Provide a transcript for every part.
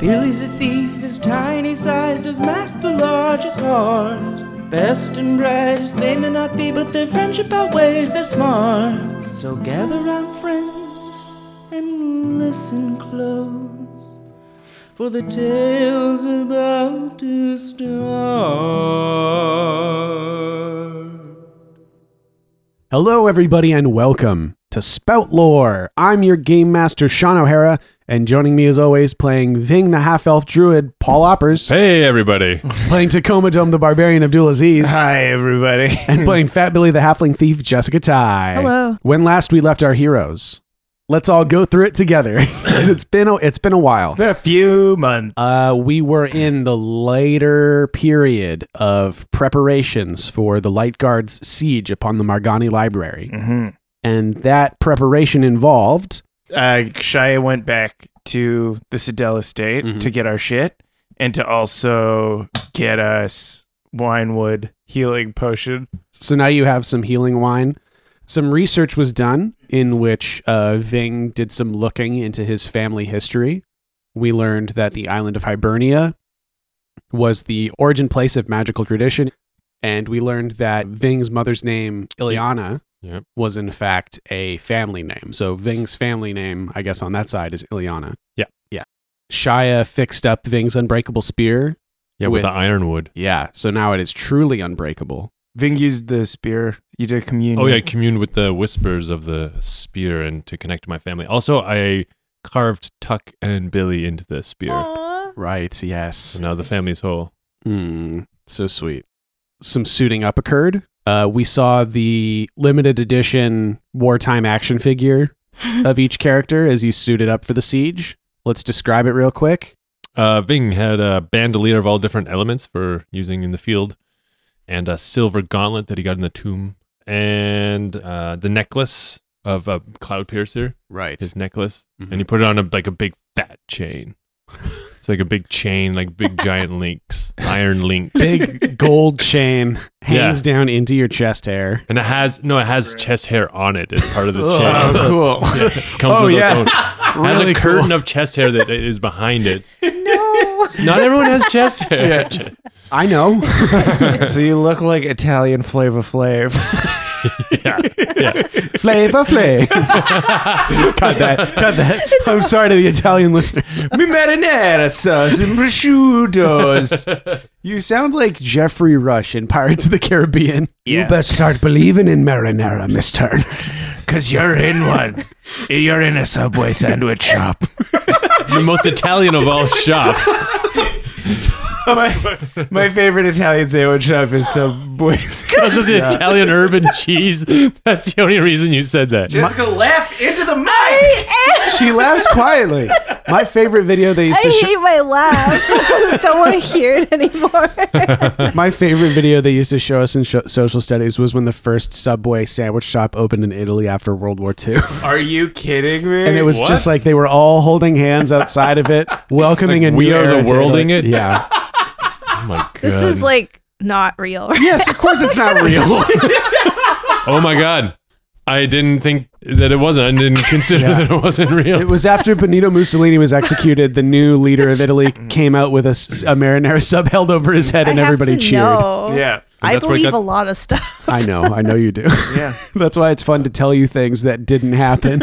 Billy's a thief, his tiny size does mask the largest heart. Best and brightest they may not be, but their friendship outweighs their smarts. So gather round, friends, and listen close, for the tale's about to start. Hello, everybody, and welcome to Spout Lore. I'm your game master, Sean O'Hara, and joining me as always, playing Ving the half elf druid, Paul Oppers, Hey, everybody. playing Tacoma Dome the barbarian, Abdul Aziz, Hi, everybody. and playing Fat Billy the halfling thief, Jessica Ty. Hello. When last we left our heroes, let's all go through it together. 'cause it's been a, it's been a while. a few months. Uh, we were in the later period of preparations for the Light Guard's siege upon the Margani Library. Mhm. And that preparation involved Uh, Shia went back to the Sedell estate Mhm. Mm-hmm. to get our shit and to also get us winewood healing potion. So now you have some healing wine. Some research was done in which uh, Ving did some looking into his family history. We learned that the island of Hibernia was the origin place of magical tradition. And we learned that Ving's mother's name, Iliana, Yep. was in fact a family name. So Ving's family name, I guess, on that side is Iliana. Yeah. Yeah. Shia fixed up Ving's unbreakable spear. Yeah, with, With- the ironwood. Yeah. So now it is truly unbreakable. Ving used the spear. You did communion. Oh yeah, I communed with the whispers of the spear and to connect to my family. Also, I carved Tuck and Billy into the spear. Aw. Right. Yes. So now the family's whole. Mm, so sweet. Some suiting up occurred. Uh, we saw the limited edition wartime action figure of each character as you suited up for the siege. Let's describe it real quick. Uh, Ving had a bandolier of all different elements for using in the field, and a silver gauntlet that he got in the tomb, and uh, the necklace of a cloud piercer, Right. his necklace, Mhm. and he put it on a, like a big fat chain. It's like a big chain, like big giant links, iron links. Big gold chain hangs down into your chest hair. And it has no, it has chest hair on it as part of the Oh, chain. cool. It comes Oh, with yeah. its own. It has Really a cool. curtain of chest hair that is behind it. No. Not everyone has chest hair. I know. so you look like Italian Flavor Flav. Yeah, yeah. Flavor flay. cut that. Cut that. I'm sorry to the Italian listeners. Mi marinara sauce and prosciuttos. You sound like Jeffrey Rush in Pirates of the Caribbean. Yeah. You best start believing in marinara, Miss Turner. Because you're in one. You're in a Subway sandwich shop. The most Italian of all shops. my, my favorite Italian sandwich shop is Subway's. Because of the Italian urban cheese. That's the only reason you said that. Jessica laugh into the mic. she laughs quietly. My favorite video they used Eh, I to show hate my laugh. I don't want to hear it anymore. my favorite video they used to show us in sho social studies was when the first Subway sandwich shop opened in Italy after World War II, Are you kidding me? and it was just like they were all holding hands outside of it, welcoming Like, a we new are the era to world Italy. in it? Yeah. Oh my god. this is like not real. yes, of course it's not real. Oh my god. I didn't think that it wasn't. I didn't consider that it wasn't real. it was after Benito Mussolini was executed. The new leader of Italy Mm. came out with a, s- a marinara sub held over his head, and I have everybody to cheered. know. yeah. I That's where it believe got- a lot of stuff. I know, I know you do. Yeah. That's why it's fun to tell you things that didn't happen.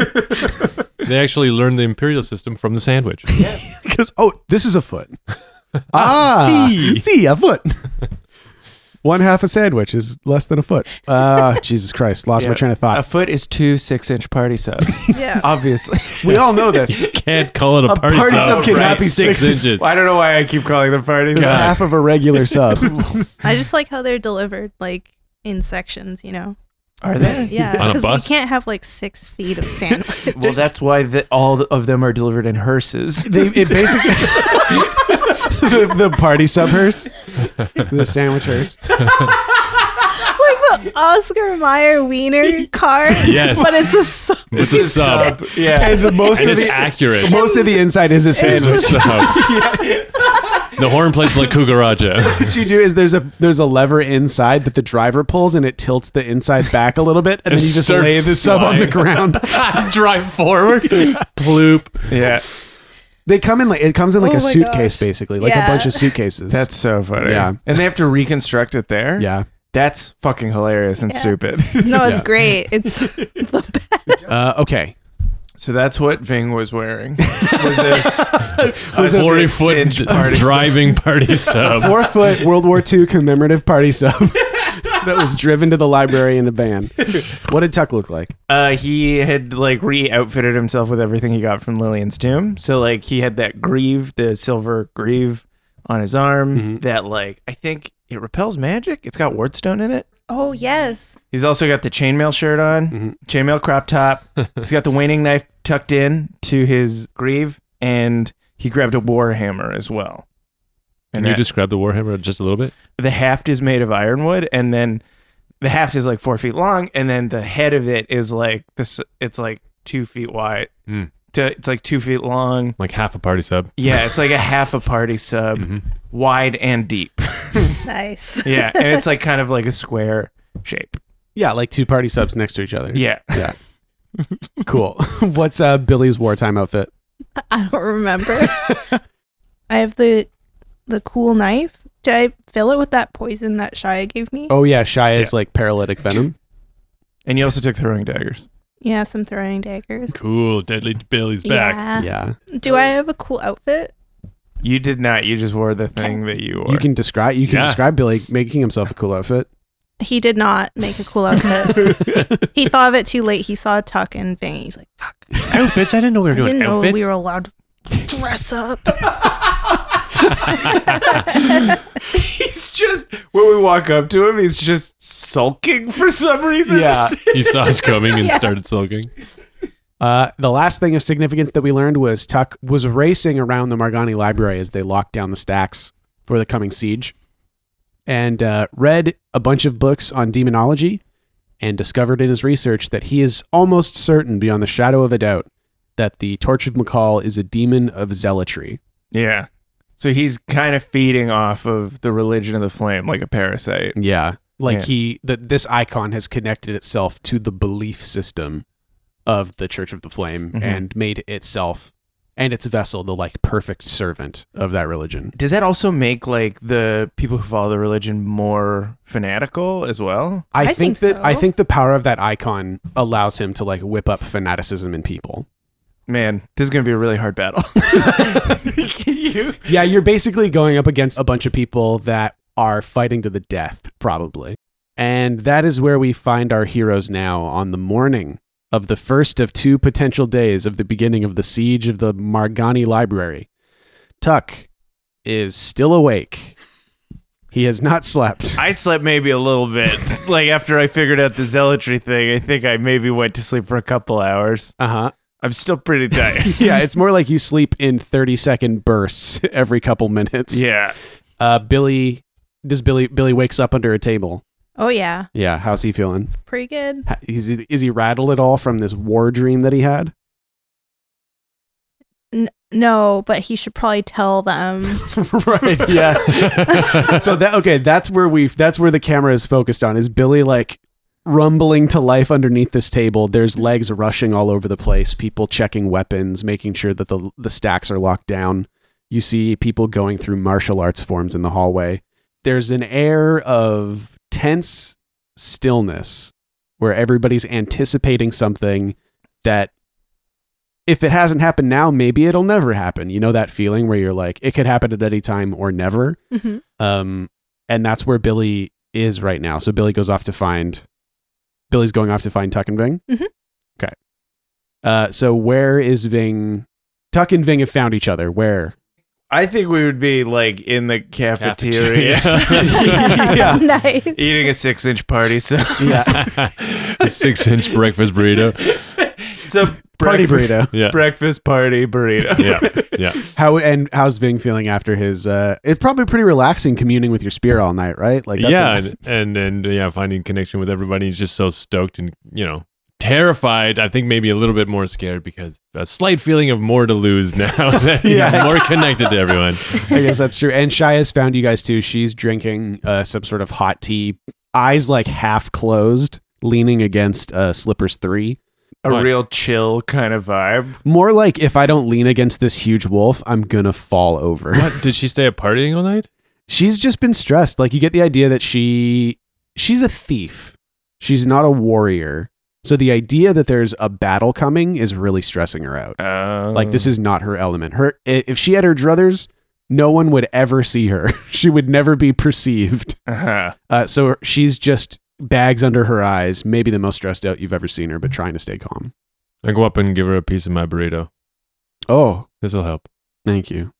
they actually learned the imperial system from the sandwich. Because oh, this is a foot. ah, see, a foot. One half a sandwich is less than a foot. Ah, Jesus Christ, lost my Yeah. Uh, train of A thought. foot is two six-inch party subs. yeah. Obviously, We all know this. Can't call it a, A party, party sub sub cannot be six six- inches. I don't know why I keep calling them party It's God. subs. half of a regular sub. I just like how they're delivered, like in sections. You know. Are they? Yeah. On a Because bus? you can't have like six feet of sandwich. Well, that's why the, all of them are delivered in hearses. they, it basically the, the party sub hearse, the sandwich hearse. like the Oscar Mayer wiener card. Yes. But it's a sub. It's a sub. Yeah. And the most And of it's the accurate. most of the inside is a It's a sandwich. sub. The horn plays like Kugaraja. What you do is there's a there's a lever inside that the driver pulls and it tilts the inside back a little bit and It then you just starts lay the sub on the ground. Drive forward. Bloop. Yeah. They come in like it comes in like Oh a my suitcase gosh. basically, like a Yeah. bunch of suitcases. That's so funny. Yeah. And they have to reconstruct it there. yeah. That's fucking hilarious and Yeah. stupid. No, it's Yeah. great. It's the best. Uh, okay. so that's what Ving was wearing. Was this Was a Forty six foot inch party sub. driving party sub. Four foot World War II commemorative party sub that was driven to the library in a van. What did Tuck look like? Uh, he had like re-outfitted himself with everything he got from Lillian's tomb. So like he had that greave, the silver greave on his arm Mhm. that like I think it repels magic. It's got wardstone in it. Oh yes. He's also got the chainmail shirt on, Mhm. chainmail crop top. He's got the waning knife tucked in to his greave, and he grabbed a war hammer as well. Can you that- describe the Warhammer just a little bit? the haft is made of ironwood, and then the haft is like four feet long, and then the head of it is like this. It's like two feet wide. Mm. To, it's like two feet long. Like half a party sub. Yeah, it's like a half a party sub, Mhm. wide and deep. Nice. Yeah, and it's like kind of like a square shape. Yeah, like two party subs next to each other. Yeah, Cool. What's uh, Billy's wartime outfit? I don't remember. I have the the cool knife. Did I fill it with that poison that Shia gave me? Oh yeah, Shia's like paralytic venom. and you also took throwing daggers. Yeah, some throwing daggers. Cool. Deadly Billy's back. Yeah. Yeah. Do I have a cool outfit? You did not. You just wore the thing that you wore. You can describe you can Yeah. describe Billy making himself a cool outfit. He did not make a cool outfit. he thought of it too late. He saw Tuck and Ving. He's like, "Fuck! Outfits? I didn't know we were I doing didn't know outfits. we were allowed to dress up." he's just when we walk up to him, he's just sulking for some reason. You saw us coming and Yeah. started sulking. Uh, the last thing of significance that we learned was Tuck was racing around the Margani Library as they locked down the stacks for the coming siege, and uh, read a bunch of books on demonology, and discovered in his research that he is almost certain, beyond the shadow of a doubt, that the tortured McCall is a demon of zealotry. Yeah. So he's kind of feeding off of the religion of the flame like a parasite. Yeah. Like Yeah. he that this icon has connected itself to the belief system of the Church of the Flame Mhm. and made itself and its vessel the like perfect servant of that religion. Does that also make like the people who follow the religion more fanatical as well? I, I think, think that I so. think the power of that icon allows him to like whip up fanaticism in people. Man, this is going to be a really hard battle. You- Yeah, you're basically going up against a bunch of people that are fighting to the death, probably. And that is where we find our heroes now on the morning of the first of two potential days of the beginning of the siege of the Margani Library. Tuck is still awake. He has not slept. I slept maybe a little bit. like after I figured out the zealotry thing, I think I maybe went to sleep for a couple hours. Uh huh. I'm still pretty tired. Yeah, it's more like you sleep in 30 second bursts every couple minutes. yeah. Uh, Billy, does Billy, Billy wakes up under a table. oh yeah, Yeah. How's he feeling? pretty good. Ha- Is he, is he rattled at all from this war dream that he had? No, but he should probably tell them. right. Yeah. so that okay, that's where we that's where the camera is focused on. Is Billy like rumbling to life underneath this table? There's legs rushing all over the place. People checking weapons, making sure that the the stacks are locked down. You see people going through martial arts forms in the hallway. There's an air of tense stillness where everybody's anticipating something that if it hasn't happened now, maybe it'll never happen. You know that feeling where you're like, it could happen at any time or never. Mhm. Um, and that's where Billy is right now. So Billy goes off to find. Billy's going off to find Tuck and Ving. Mhm. Okay. Uh, so where is Ving? Tuck and Ving have found each other. Where? I think we would be like in the cafeteria, Yeah. nice. eating a six inch party. So Yeah. A six inch breakfast burrito. It's a Party breakfast- burrito. Yeah. Breakfast party burrito. Yeah. Yeah. How and how's Ving feeling after his? uh It's probably pretty relaxing communing with your spear all night, right? Like that's yeah, a- and, and and yeah, finding connection with everybody. He's just so stoked and you know terrified. I think maybe a little bit more scared because a slight feeling of more to lose now. that he's Yeah. more connected to everyone. I guess that's true. And Shia's found you guys too. She's drinking uh, some sort of hot tea, eyes like half closed, leaning against uh, Slippers Three. A What? real chill kind of vibe. More like if I don't lean against this huge wolf, I'm gonna fall over. What did she stay up partying all night? she's just been stressed. Like you get the idea that she she's a thief. She's not a warrior. So the idea that there's a battle coming is really stressing her out. Um, Like this is not her element. Her i- if she had her druthers, no one would ever see her. she would never be perceived. Uh-huh. Uh, so she's just bags under her eyes. Maybe the most stressed out you've ever seen her, but trying to stay calm. I go up and give her a piece of my burrito. Oh, This will help. thank you.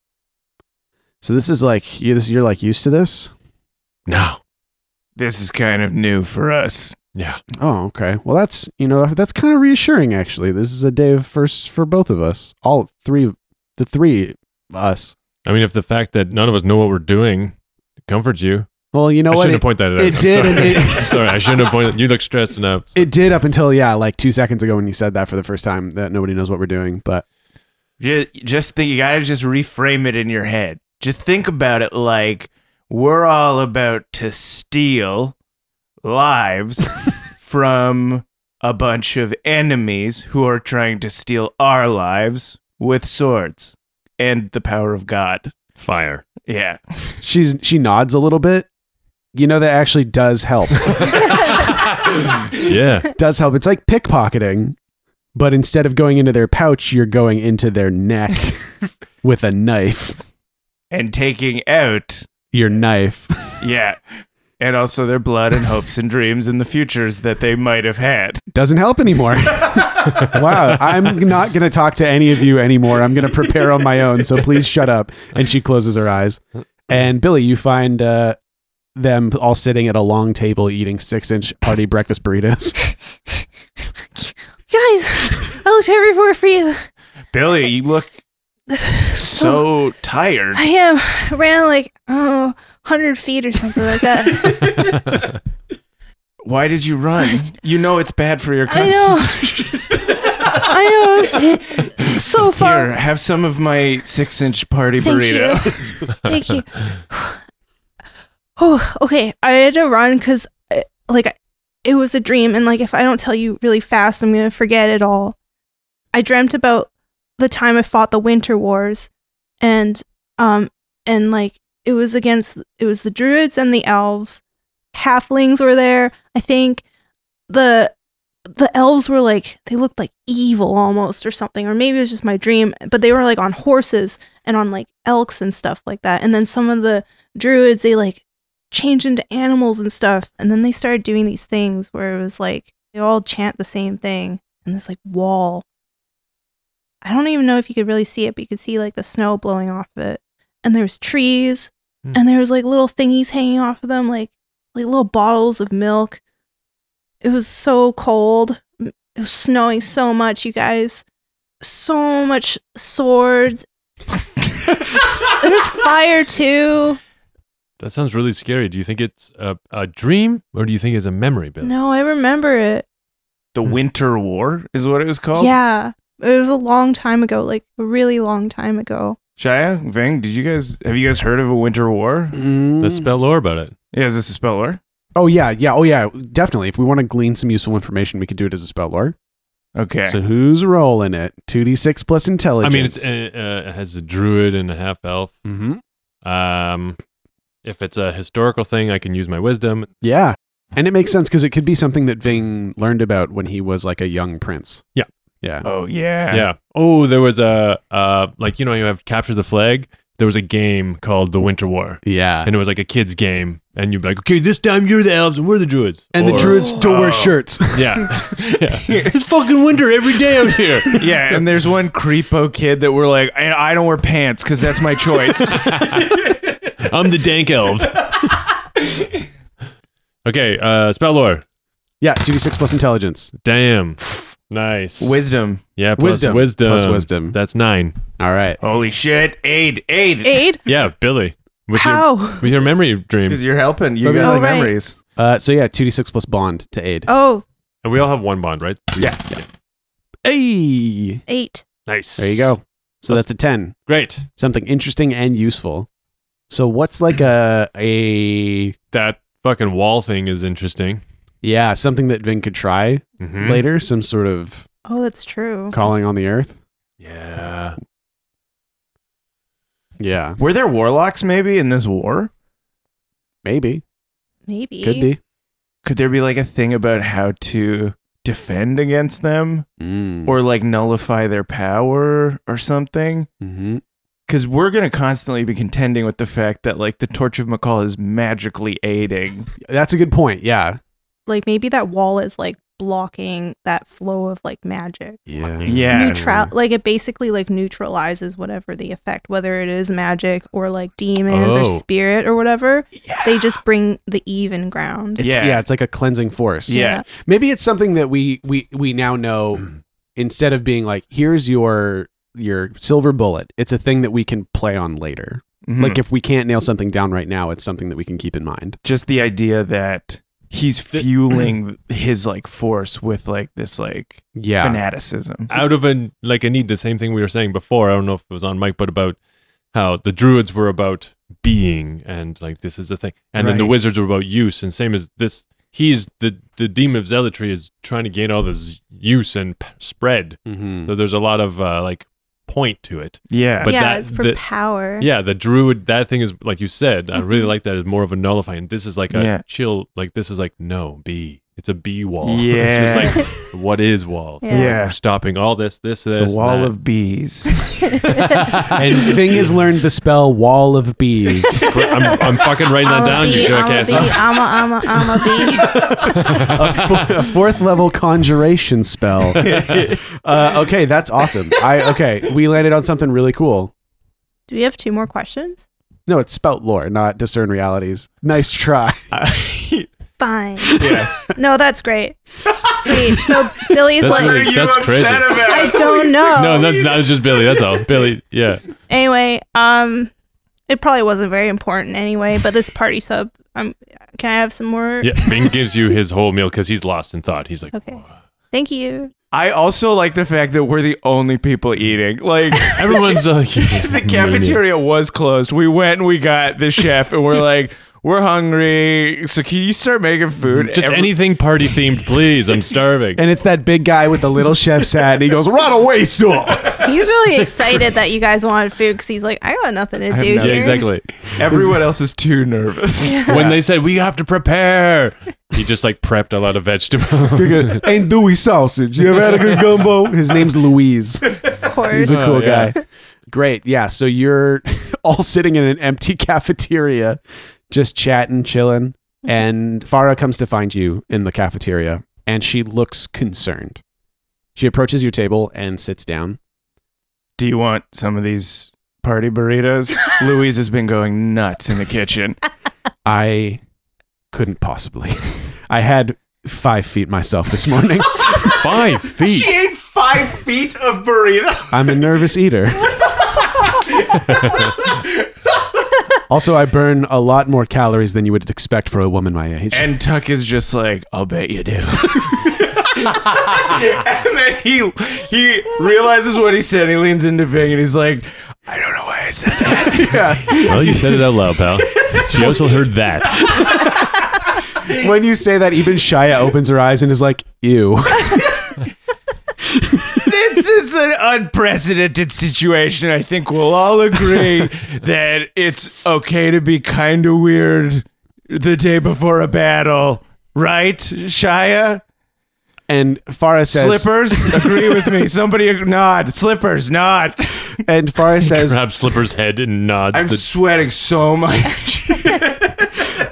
So this is like you. This you're like used to this. No. This is kind of new for us. Yeah. Oh, okay. Well, that's you know that's kind of reassuring actually. This is a day of firsts for both of us, all three, the three of us. I mean, if the fact that none of us know what we're doing comforts you, Well, you know I what? shouldn't have It, pointed that out. it I'm did, and Sorry. it- I'm sorry. I shouldn't have pointed. You look stressed enough. it did up until yeah, like two seconds ago when you said that for the first time that nobody knows what we're doing. But Just, just think, you gotta just reframe it in your head. Just think about it like we're all about to steal lives from a bunch of enemies who are trying to steal our lives with swords and the power of God. Fire. Yeah. she's she nods a little bit. You know that actually does help. Yeah. does help. It's like pickpocketing, but instead of going into their pouch, you're going into their neck with a knife. And taking out, Your knife. yeah. And also their blood and hopes and dreams and the futures that they might have had. Doesn't help anymore. wow. I'm not going to talk to any of you anymore. I'm going to prepare on my own. So please shut up. And she closes her eyes. And Billy, you find uh, them all sitting at a long table eating six inch party breakfast burritos. Guys, I looked everywhere for you. Billy, you look So, so tired. I am. I ran like, oh, 100 feet or something like that. Why did you run? You know it's bad for your I know. constitution. I know. It was so far. Here, have some of my six-inch party Thank you. burrito. Thank you. Oh, okay. I had to run because, like, I- it was a dream, and like, if I don't tell you really fast, I'm gonna forget it all. I dreamt about the time I fought the Winter Wars, and um, and like, it was against it was the Druids and the Elves. Halflings were there. I think the the elves were like they looked like evil almost or something or maybe it was just my dream but they were like on horses and on like elks and stuff like that. And then some of the druids, they like changed into animals and stuff. And then they started doing these things where it was like they all chant the same thing and this like wall. I don't even know if you could really see it, but you could see like the snow blowing off of it. And there was trees Hmm. and there was like little thingies hanging off of them, like like little bottles of milk. It was so cold. It was snowing so much, you guys. So much swords there's fire too. That sounds really scary. Do you think it's a, a dream or do you think it's a memory, Bill? No, I remember it. the Winter War is what it was called. Yeah. It was a long time ago, like a really long time ago. Shia, Ving, did you guys have you guys heard of a Winter War? Let's spell lore about it. Yeah, is this a spell lore? oh, yeah. Yeah. Oh, yeah. Definitely. If we want to glean some useful information, we could do it as a spell lore. Okay. So who's rolling it? 2d6 plus I intelligence. mean, it's, uh, uh, it has a druid and a half elf. mm-hmm. Um, if it's a historical thing, I can use my wisdom. Yeah. And it makes sense because it could be something that Ving learned about when he was like a young prince. Yeah. Yeah. oh yeah. Yeah. Oh, there was a uh, like you know you have capture the flag. There was a game called the Winter War, Yeah. and it was like a kids game, and you'd be like, okay, this time you're the elves and we're the druids, And the Or- druids don't Oh. wear shirts. Yeah. yeah. It's fucking winter every day out here. Yeah, and there's one creepo kid that we're like, I, I don't wear pants because that's my choice. I'm the dank elf. okay, uh, spell lore. yeah. 2d6 plus intelligence. Damn. Nice. Wisdom. Yeah, plus Wisdom. wisdom. Plus wisdom. That's nine. All right. Holy shit. Aid. Aid. Aid? Yeah, Billy. With How? your with your memory Because dream. you're helping. You Okay. got Oh, the right. memories. Uh, so yeah, two d six plus bond to aid. oh, And we all have one bond, right? Yeah. Hey, eight. Nice. there you go. So that's a ten. Great. Something interesting and useful. So what's like a a That fucking wall thing is interesting. yeah something that Vin could try Mhm. later? Some sort of Oh, that's true. calling on the earth. Yeah. Yeah, Were there warlocks maybe in this war? maybe Maybe. could be. Could there be like a thing about how to defend against them Mm. or like nullify their power or something? hmm Because we're going to constantly be contending with the fact that like the Torch of McCall is magically aiding. That's a good point. Yeah. Like maybe that wall is like blocking that flow of like magic. Yeah. Yeah. Neutral like it basically like neutralizes whatever the effect, whether it is magic or like demons or Oh. spirit or whatever. Yeah. They just bring the even ground. It's, yeah. Yeah. It's like a cleansing force. Yeah. Maybe it's something that we we we now know. Instead of being like, here's your your silver bullet. It's a thing that we can play on later. Mhm. Like if we can't nail something down right now, it's something that we can keep in mind. just the idea that he's fueling his like force with like this like Yeah. fanaticism. out of an like a need the same thing we were saying before i don't know if it was on mic but about how the druids were about being and like this is the thing and then the Right. wizards were about use and same as this he's the the demon of zealotry is trying to gain all this use and p- spread Mhm. so there's a lot of uh, like point to it Yeah. But yeah, that- it's for the- power. yeah the druid that thing is like you said i really like that is more of a nullifying this is like a Mm-hmm. Yeah. chill like this is like no be it's a bee wall Yeah. it's just like what is walls Yeah. Yeah. stopping all this this It's this a wall that. of bees. And Ving has learned the spell Wall of Bees. Great. I'm, I'm fucking writing that I'm down, a bee, you jackasses. I'm a, I'm a, I'm a bee. a, fo- a fourth level conjuration spell. uh, okay, that's awesome. I okay, we landed on something really cool. Do we have two more questions? No, it's spout lore, not discern realities. Nice try. Fine. No, that's great. Sweet. So Billy's That's like, really- That's crazy. I about? don't know. No, no, that was just Billy. That's all. Billy, yeah. Anyway, um, it probably wasn't very important anyway. But this party sub, um, can I have some more? Yeah. Bing gives you his whole meal because he's lost in thought. He's like, Okay. Thank you. I also like the fact that we're the only people eating. Like everyone's uh, like, the cafeteria was closed. We went and we got the chef and we're like, we're hungry. So can you start making food? Just Every- anything party themed, please. I'm starving. And it's that big guy with the little chef's hat, and he goes, "Run away, so He's really excited that you guys wanted food because he's like, I got nothing to do nothing. yeah, here. exactly. everyone else is too nervous. When they said we have to prepare, he just like prepped a lot of vegetables. Ain't Dewey sausage. You ever had a good gumbo? His name's Louise. Of course. He's a cool yeah. guy. Great. Yeah. So you're all sitting in an empty cafeteria, just chatting, chilling. And Farah comes to find you in the cafeteria and she looks concerned. She approaches your table and sits down. Do you want some of these party burritos? Louise has been going nuts in the kitchen. I couldn't possibly. I had five feet myself this morning. Five feet. ate five feet of burrito. I'm a nervous eater. also, I burn a lot more calories than you would expect for a woman my age. And Tuck is just like, I'll bet you do. and then he he realizes what he said. He leans into Bing and he's like, I don't know why I said that. yeah. Well, you said it out loud, pal. She also heard that. when you say that, even Shia opens her eyes and is like, ew. This is an unprecedented situation. I think we'll all agree that it's okay to be kind of weird the day before a battle, right, Shia? And Farah says, Slippers, agree with me. Somebody ag- nod. Slippers, nod. and Farah says, Grabs Slipper's head and nods. I'm the- sweating so much.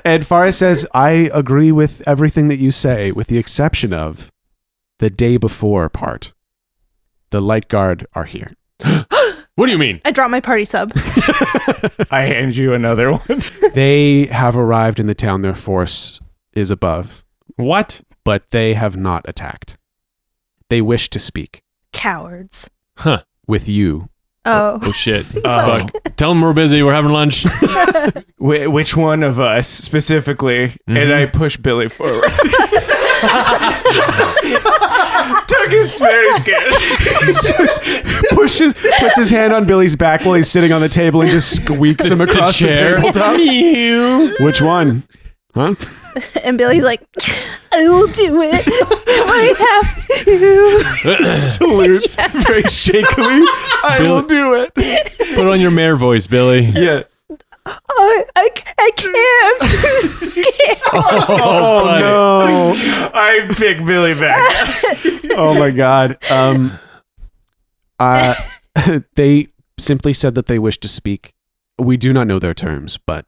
and Farah says, I agree with everything that you say, with the exception of the day before part. The light guard are here. what do you mean? I dropped my party sub. I hand you another one. they have arrived in the town. Their force is above, What? but they have not attacked. They wish to speak Cowards. Huh. with you. Oh. Oh shit. Oh. Fuck. Tell them we're busy. We're having lunch. Wh- which one of us specifically? And Mhm. I push Billy forward. Tuck is very scared. just pushes, puts his hand on Billy's back while he's sitting on the table and just squeaks him across the, chair. tabletop. Which one? Huh? and Billy's like, I will do it. I have to. Salutes very shakily. I Bill- will do it. Put on your mayor voice, Billy. yeah. I, I, ca- I can't. I'm too scared. Oh, buddy. no! I pick Billy back. Oh my god. Um, uh, they simply said that they wish to speak. We do not know their terms, but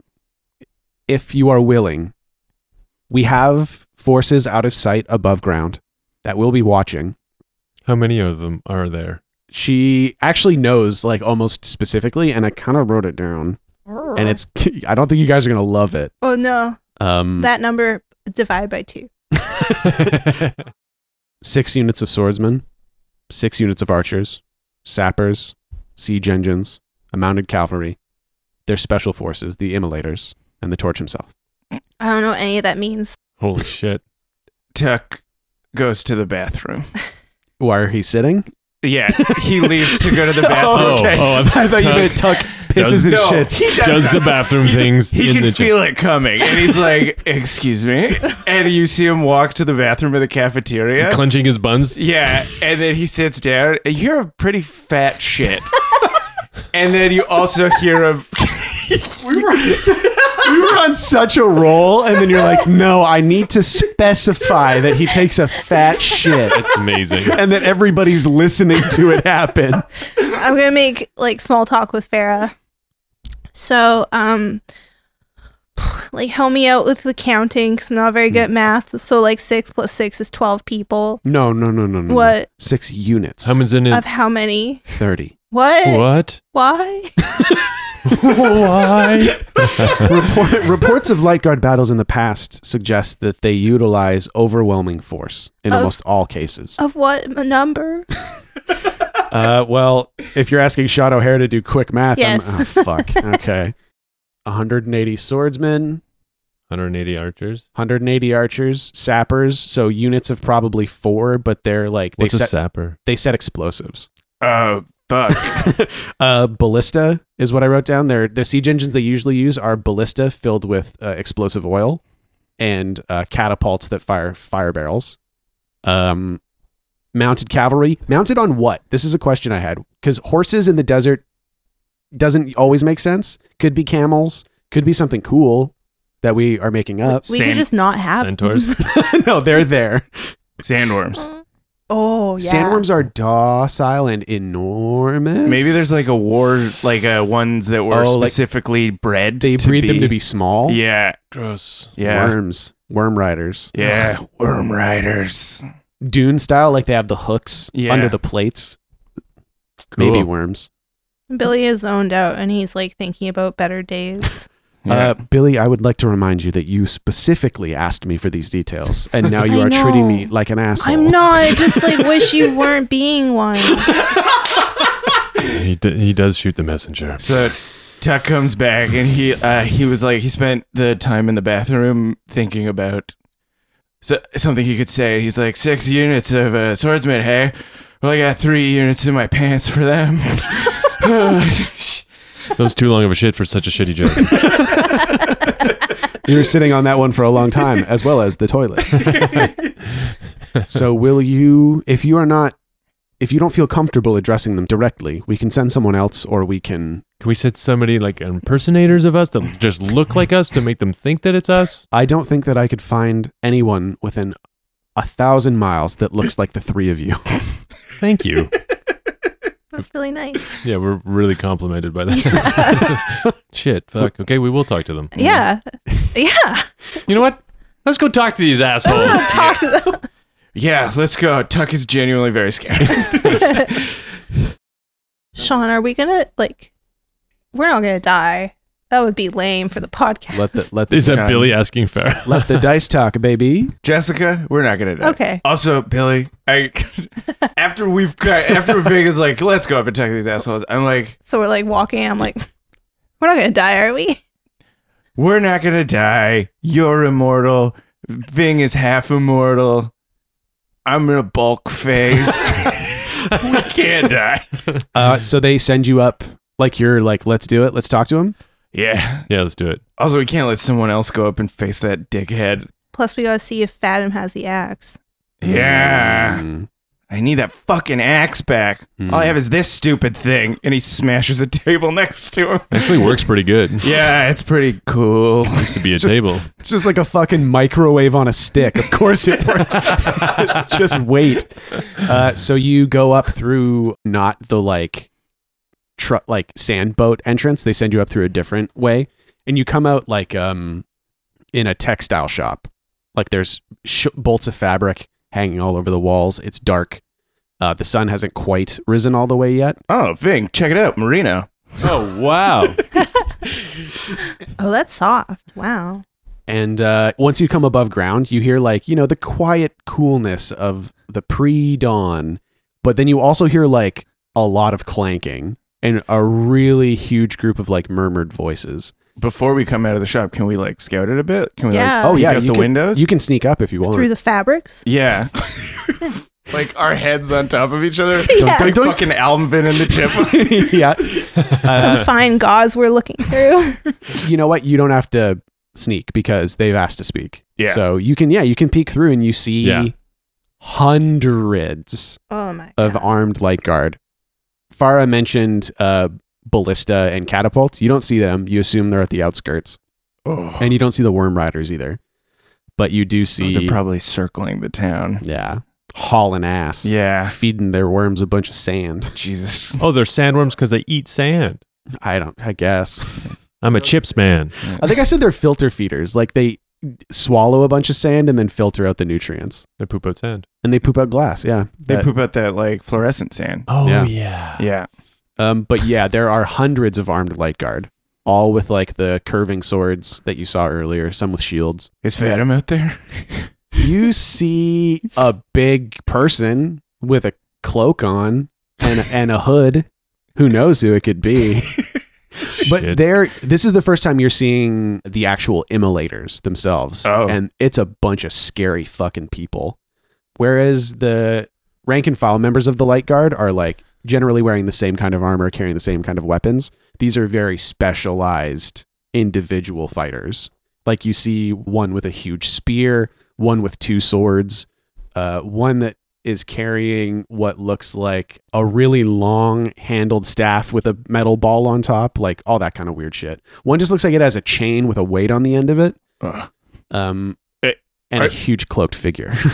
if you are willing, we have forces out of sight above ground that will be watching. How many of them are there? she actually knows like almost specifically and i kind of wrote it down Uh-huh. and it's i don't think you guys are gonna love it Oh, no. um That number divided by two. six units of swordsmen six units of archers sappers siege engines a mounted cavalry their special forces the immolators and the torch himself I don't know what any of that means. Holy shit. Tuck goes to the bathroom. why are he sitting Yeah, he leaves to go to the bathroom. Oh, okay. oh, I i thought you Tuck meant tuck pisses does- and No, shits he Does the bathroom things He in can the feel it coming, and he's like, "Excuse me," and you see him walk to the bathroom of the cafeteria. clenching his buns. Yeah, and then he sits down. and You're a pretty fat shit. and then you also hear him. we were on such a roll and then you're like no i need to specify that he takes a fat shit That's amazing. and that everybody's listening to it happen. I'm gonna make like small talk with Farah. So, um, like help me out with the counting because I'm not very Hmm. good at math. So, like six plus six is twelve people. No, no, no, no, no. What Six units. How many's in it? of how many? 30. What? What? Why? Why? Report, reports of light guard battles in the past suggest that they utilize overwhelming force in Of- almost all cases. of what m- number? Uh, well, if you're asking Shot O'Hare to do quick math, I'm- Yes. oh, fuck. Okay. 180 swordsmen, 180 archers. 180 archers, sappers, so units of probably four, but they're like, they What's a set, sapper? they set explosives. Oh fuck! uh, ballista is what I wrote down. They're, the siege engines they usually use are ballista filled with uh, explosive oil and uh, catapults that fire fire barrels. Um, mounted cavalry, mounted on what? This is a question I had because horses in the desert doesn't always make sense. Could be camels, could be something cool that Uh, we are making up. We could Sand- just not have Centaurs? no, they're there. Sandworms. Mm-hmm. Oh yeah. Sandworms are docile and enormous. Maybe there's like a war, like uh, ones that were Oh, like- specifically bred. they to breed them to be small. Yeah, Gross. yeah, Worms, worm riders. yeah. Worm riders. Dune style, like they have the hooks Yeah. under the plates. Cool. Maybe worms. Billy is zoned out and he's like thinking about better days. Uh, Billy, I would like to remind you that you specifically asked me for these details, and now you I are treating me know. like an asshole. I'm not. I just like wish you weren't being one. He, d- he does shoot the messenger. So Tuck comes back and he uh, he was like he spent the time in the bathroom thinking about so, something he could say. He's like six units of uh, swordsman. Hey, well I got three units in my pants for them. that was too long of a shit for such a shitty joke. You were sitting on that one for a long time, as well as the toilet. so, will you, if you are not, if you don't feel comfortable addressing them directly, we can send someone else, or we can. Can we set somebody like impersonators of us that just look like us to make them think that it's us? I don't think that I could find anyone within a thousand miles that looks like the three of you. Thank you. That's really nice. Yeah, we're really complimented by that. Shit, fuck. Okay, we will talk to them. Yeah. Yeah. You know what? Let's go talk to these assholes. Talk to them. yeah, let's go. Tuck is genuinely very scared. Sean, are we gonna like? We're not gonna die. That would be lame for the podcast. Let the let Is the, that Billy asking Farrah? let the dice talk, baby. Jessica, we're not gonna do it. okay. Also, Billy, I after we've got after Vega's like, let's go up and talk to these assholes. I'm like, So we're like walking. I'm like, we're not going to die, are we? we're not gonna die. You're immortal. Ving is half immortal. I'm in a bulk phase. we can't die. Uh, so they send you up like you're like, let's do it, let's talk to him. Yeah. yeah, let's do it. Also, we can't let someone else go up and face that dickhead. Plus, we got to see if Fathom has the axe. Yeah. Mm. I need that fucking axe back. All Hmm. I have is this stupid thing. And he smashes a table next to him. Actually, works pretty good. Yeah, it's pretty cool. Used to be a Just- table. It's just like a fucking microwave on a stick. Of course it works. It's just wait. Uh, so you go up through not the like tr- like sand boat entrance. They send you up through a different way, and you come out like um in a textile shop. Like there's sh- bolts of fabric hanging all over the walls. It's dark. Uh, the sun hasn't quite risen all the way yet. Oh, Ving, check it out. Marino. Oh wow! Oh, that's soft. Wow. And uh, once you come above ground, you hear like you know the quiet coolness of the pre-dawn, but then you also hear like a lot of clanking and a really huge group of like murmured voices. Before we come out of the shop, can we like scout it a bit? Can we Yeah. like Oh, peek yeah, out you the can- windows? You can sneak up if you want. Through the fabrics. Yeah. like our heads on top of each other. Yeah. Like Doink, doink. fucking Alvin and the chipmunk. yeah, Uh, Some fine gauze we're looking through. you know what? You don't have to sneak because they've asked to speak. Yeah. So you can yeah you can peek through and you see Yeah. hundreds oh, my of God. armed light guard. Farah mentioned uh, ballista and catapults. You don't see them. You assume they're at the outskirts, oh, and you don't see the worm riders either. But you do see, they're probably circling the town. yeah, hauling ass, Yeah. feeding their worms a bunch of sand. Jesus. Oh, they're sandworms because they eat sand. I don't. I guess. I'm a chips man. I think I said they're filter feeders. Like they swallow a bunch of sand and then filter out the nutrients, They poop out sand. and they poop out glass. Yeah, They That- poop out that like fluorescent sand. Oh Yeah. Yeah. Um, but yeah, there are hundreds of armed light guard, all with like the curving swords that you saw earlier. Some with shields. Is Fathom out there? you see a big person with a cloak on and and a hood. Who knows who it could be? But Shit. there, this is the first time you're seeing the actual immolators themselves, Oh. and it's a bunch of scary fucking people. Whereas the rank and file members of the light guard are like generally wearing the same kind of armor, carrying the same kind of weapons. These are very specialized individual fighters. Like you see one with a huge spear, one with two swords, uh, one that is carrying what looks like a really long handled staff with a metal ball on top, like all that kind of weird shit. One just looks like it has a chain with a weight on the end of it, Ugh. um, Eh, and are- a huge cloaked figure.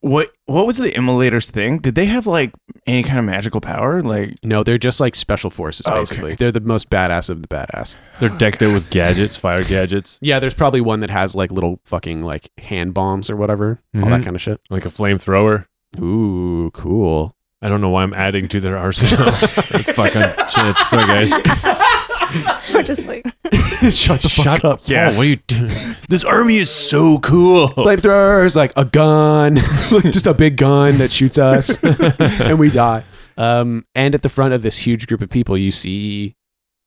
What what was the immolators thing? Did they have like any kind of magical power? Like no, they're just like special forces, Oh, Okay. basically. They're the most badass of the badass. They're decked out with gadgets, fire gadgets, Yeah, there's probably one that has like little fucking like hand bombs or whatever, all that Mhm. kind of shit. like a flamethrower. Ooh, cool. I don't know why I'm adding to their arsenal. it's fucking shit. Sorry, guys. We're just like, Shut the fuck up. Yeah. Oh, what are you doing? Oh, This army is so cool. flamethrowers, like a gun, just a big gun that shoots us, and we die. Um, and at the front of this huge group of people, you see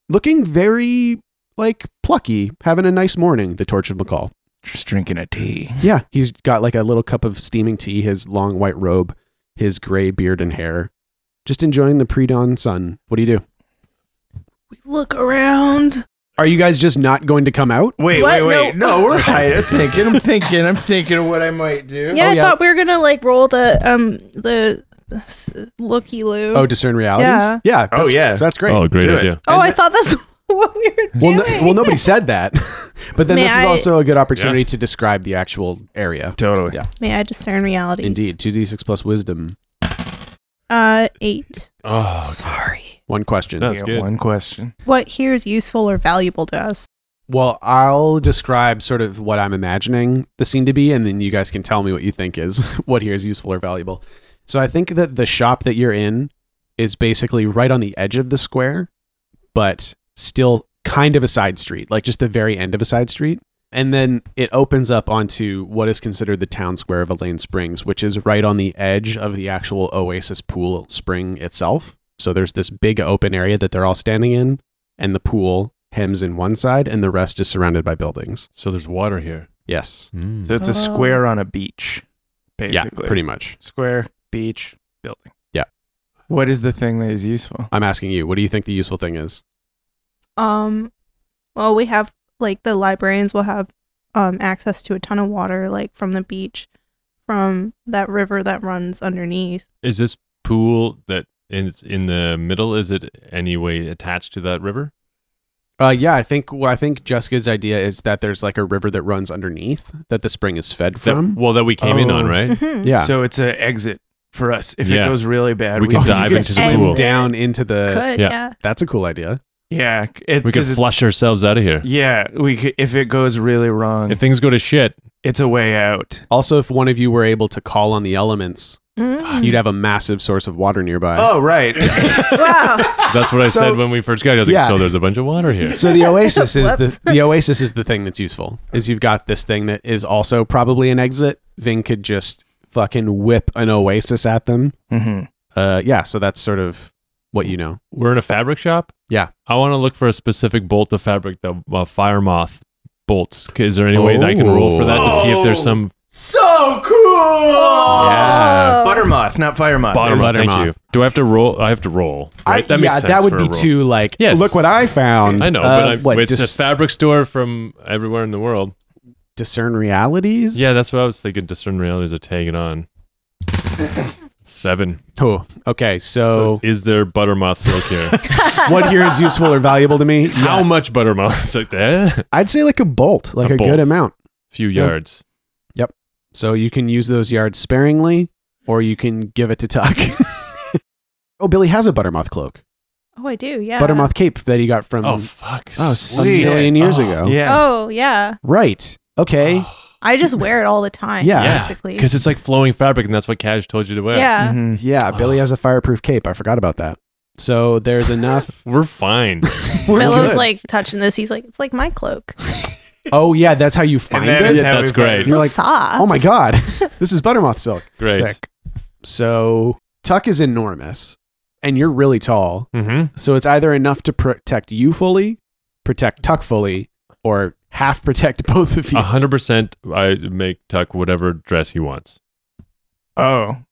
looking very like plucky, having a nice morning. The tortured McCall. just drinking a tea. Yeah, he's got like a little cup of steaming tea, his long white robe, his gray beard and hair, just enjoying the pre-dawn sun. What do you do? we look around. Are you guys just not going to come out? Wait, What? wait, wait. No. No, we're high. I'm thinking. I'm thinking. I'm thinking of what I might do. Yeah, Oh, I yeah. thought we were going to like roll the, um, the s- looky loo. Oh, discern realities. Yeah. yeah Oh, that's- yeah. That's great. Oh, great Do it. idea. Oh, I thought that's what we were Well, doing. no, well, nobody said that, but then May this is I- also a good opportunity to describe the actual area. Totally. Yeah. May I discern reality? Indeed, two d six plus wisdom. Uh, eight. Oh, Sorry. One question. That's Yeah, good. One question. What here is useful or valuable to us? Well, I'll describe sort of what I'm imagining the scene to be, and then you guys can tell me what you think is what here is useful or valuable. So I think that the shop that you're in is basically right on the edge of the square, but still kind of a side street, like just the very end of a side street. And then it opens up onto what is considered the town square of Elaine Springs, which is right on the edge of the actual Oasis Pool spring itself. So there's this big open area that they're all standing in, and the pool hems in one side, and the rest is surrounded by buildings. So there's water here. Yes. Mm. So it's a Oh. square on a beach, basically. Yeah, pretty much. Square, beach, building. Yeah. What is the thing that is useful? I'm asking you, what do you think the useful thing is? Um, well, we have like the librarians will have um access to a ton of water, like from the beach, from that river that runs underneath. Is this pool that is in the middle? Is it any way attached to that river? Uh, yeah, I think well, I think Jessica's idea is that there's like a river that runs underneath that the spring is fed That- from. well, that we came in on, Oh. right? Mhm. yeah, So it's an exit for us. If it Yeah. goes really bad, We can dive into just the swim exit. pool. down into the. Could yeah. yeah. That's a cool idea. Yeah, it, We could 'cause it's- flush ourselves out of here. Yeah, we could, if it goes really wrong, If things go to shit, it's a way out. Also, if one of you were able to call on the elements, Mm. you'd have a massive source of water nearby. Oh right, wow. that's what I So- said when we first got here. I was like, Yeah. so there's a bunch of water here. So the oasis is the the oasis is the thing that's useful. Is you've got this thing that is also probably an exit. Ving could just fucking whip an oasis at them. Mhm. Uh, yeah. So that's sort of what you know. We're in a fabric shop. Yeah. I want to look for a specific bolt of fabric that uh, fire moth bolts. Okay, Is there any way that I can roll for that to see if there's Oh. some so cool. Oh. Yeah. Buttermoth, not firemoth. bottom? There's- Oh. Thank Buttermoth. you. Do I have to roll? I have to roll. Right? I, yeah, that for would a be roll. too like. Yes. Look what I found. I know, Uh, but I, what, it's dis- a fabric store from everywhere in the world. discern realities. Yeah, that's what I was thinking. Discern realities are tagging on. Seven. Oh, okay. So, So, is there buttermoth silk here? what here is useful or valuable to me? How much buttermoth silk? There, I'd say like a bolt, like a, A good bolt. amount. few Yeah. yards. So you can use those yards sparingly, or you can give it to Tuck. oh, Billy has a buttermoth cloak, Oh, I do. Yeah. buttermoth cape that he got from Oh fuck! oh, a sweet. million years ago. eh? Yeah. Oh, yeah. Right. Okay. I just wear it all the time. Yeah. Yeah. uh, Basically. Because it's like flowing fabric, and that's what Cash told you to wear. Yeah. Mhm. Yeah. Billy has a fireproof cape. I forgot about that. So there's enough. We're fine. We're Philip's good. like touching this. He's like, it's like my cloak. oh yeah, that's how you And find that it. is how That's we find great. It's You're so like, soft. Oh my god, this is buttermoth silk. Great. Sick. So Tuck is enormous, and you're really tall. hmm So it's either enough to protect you fully, protect Tuck fully, or half protect both of you. A hundred percent. I make Tuck whatever dress he wants. Oh.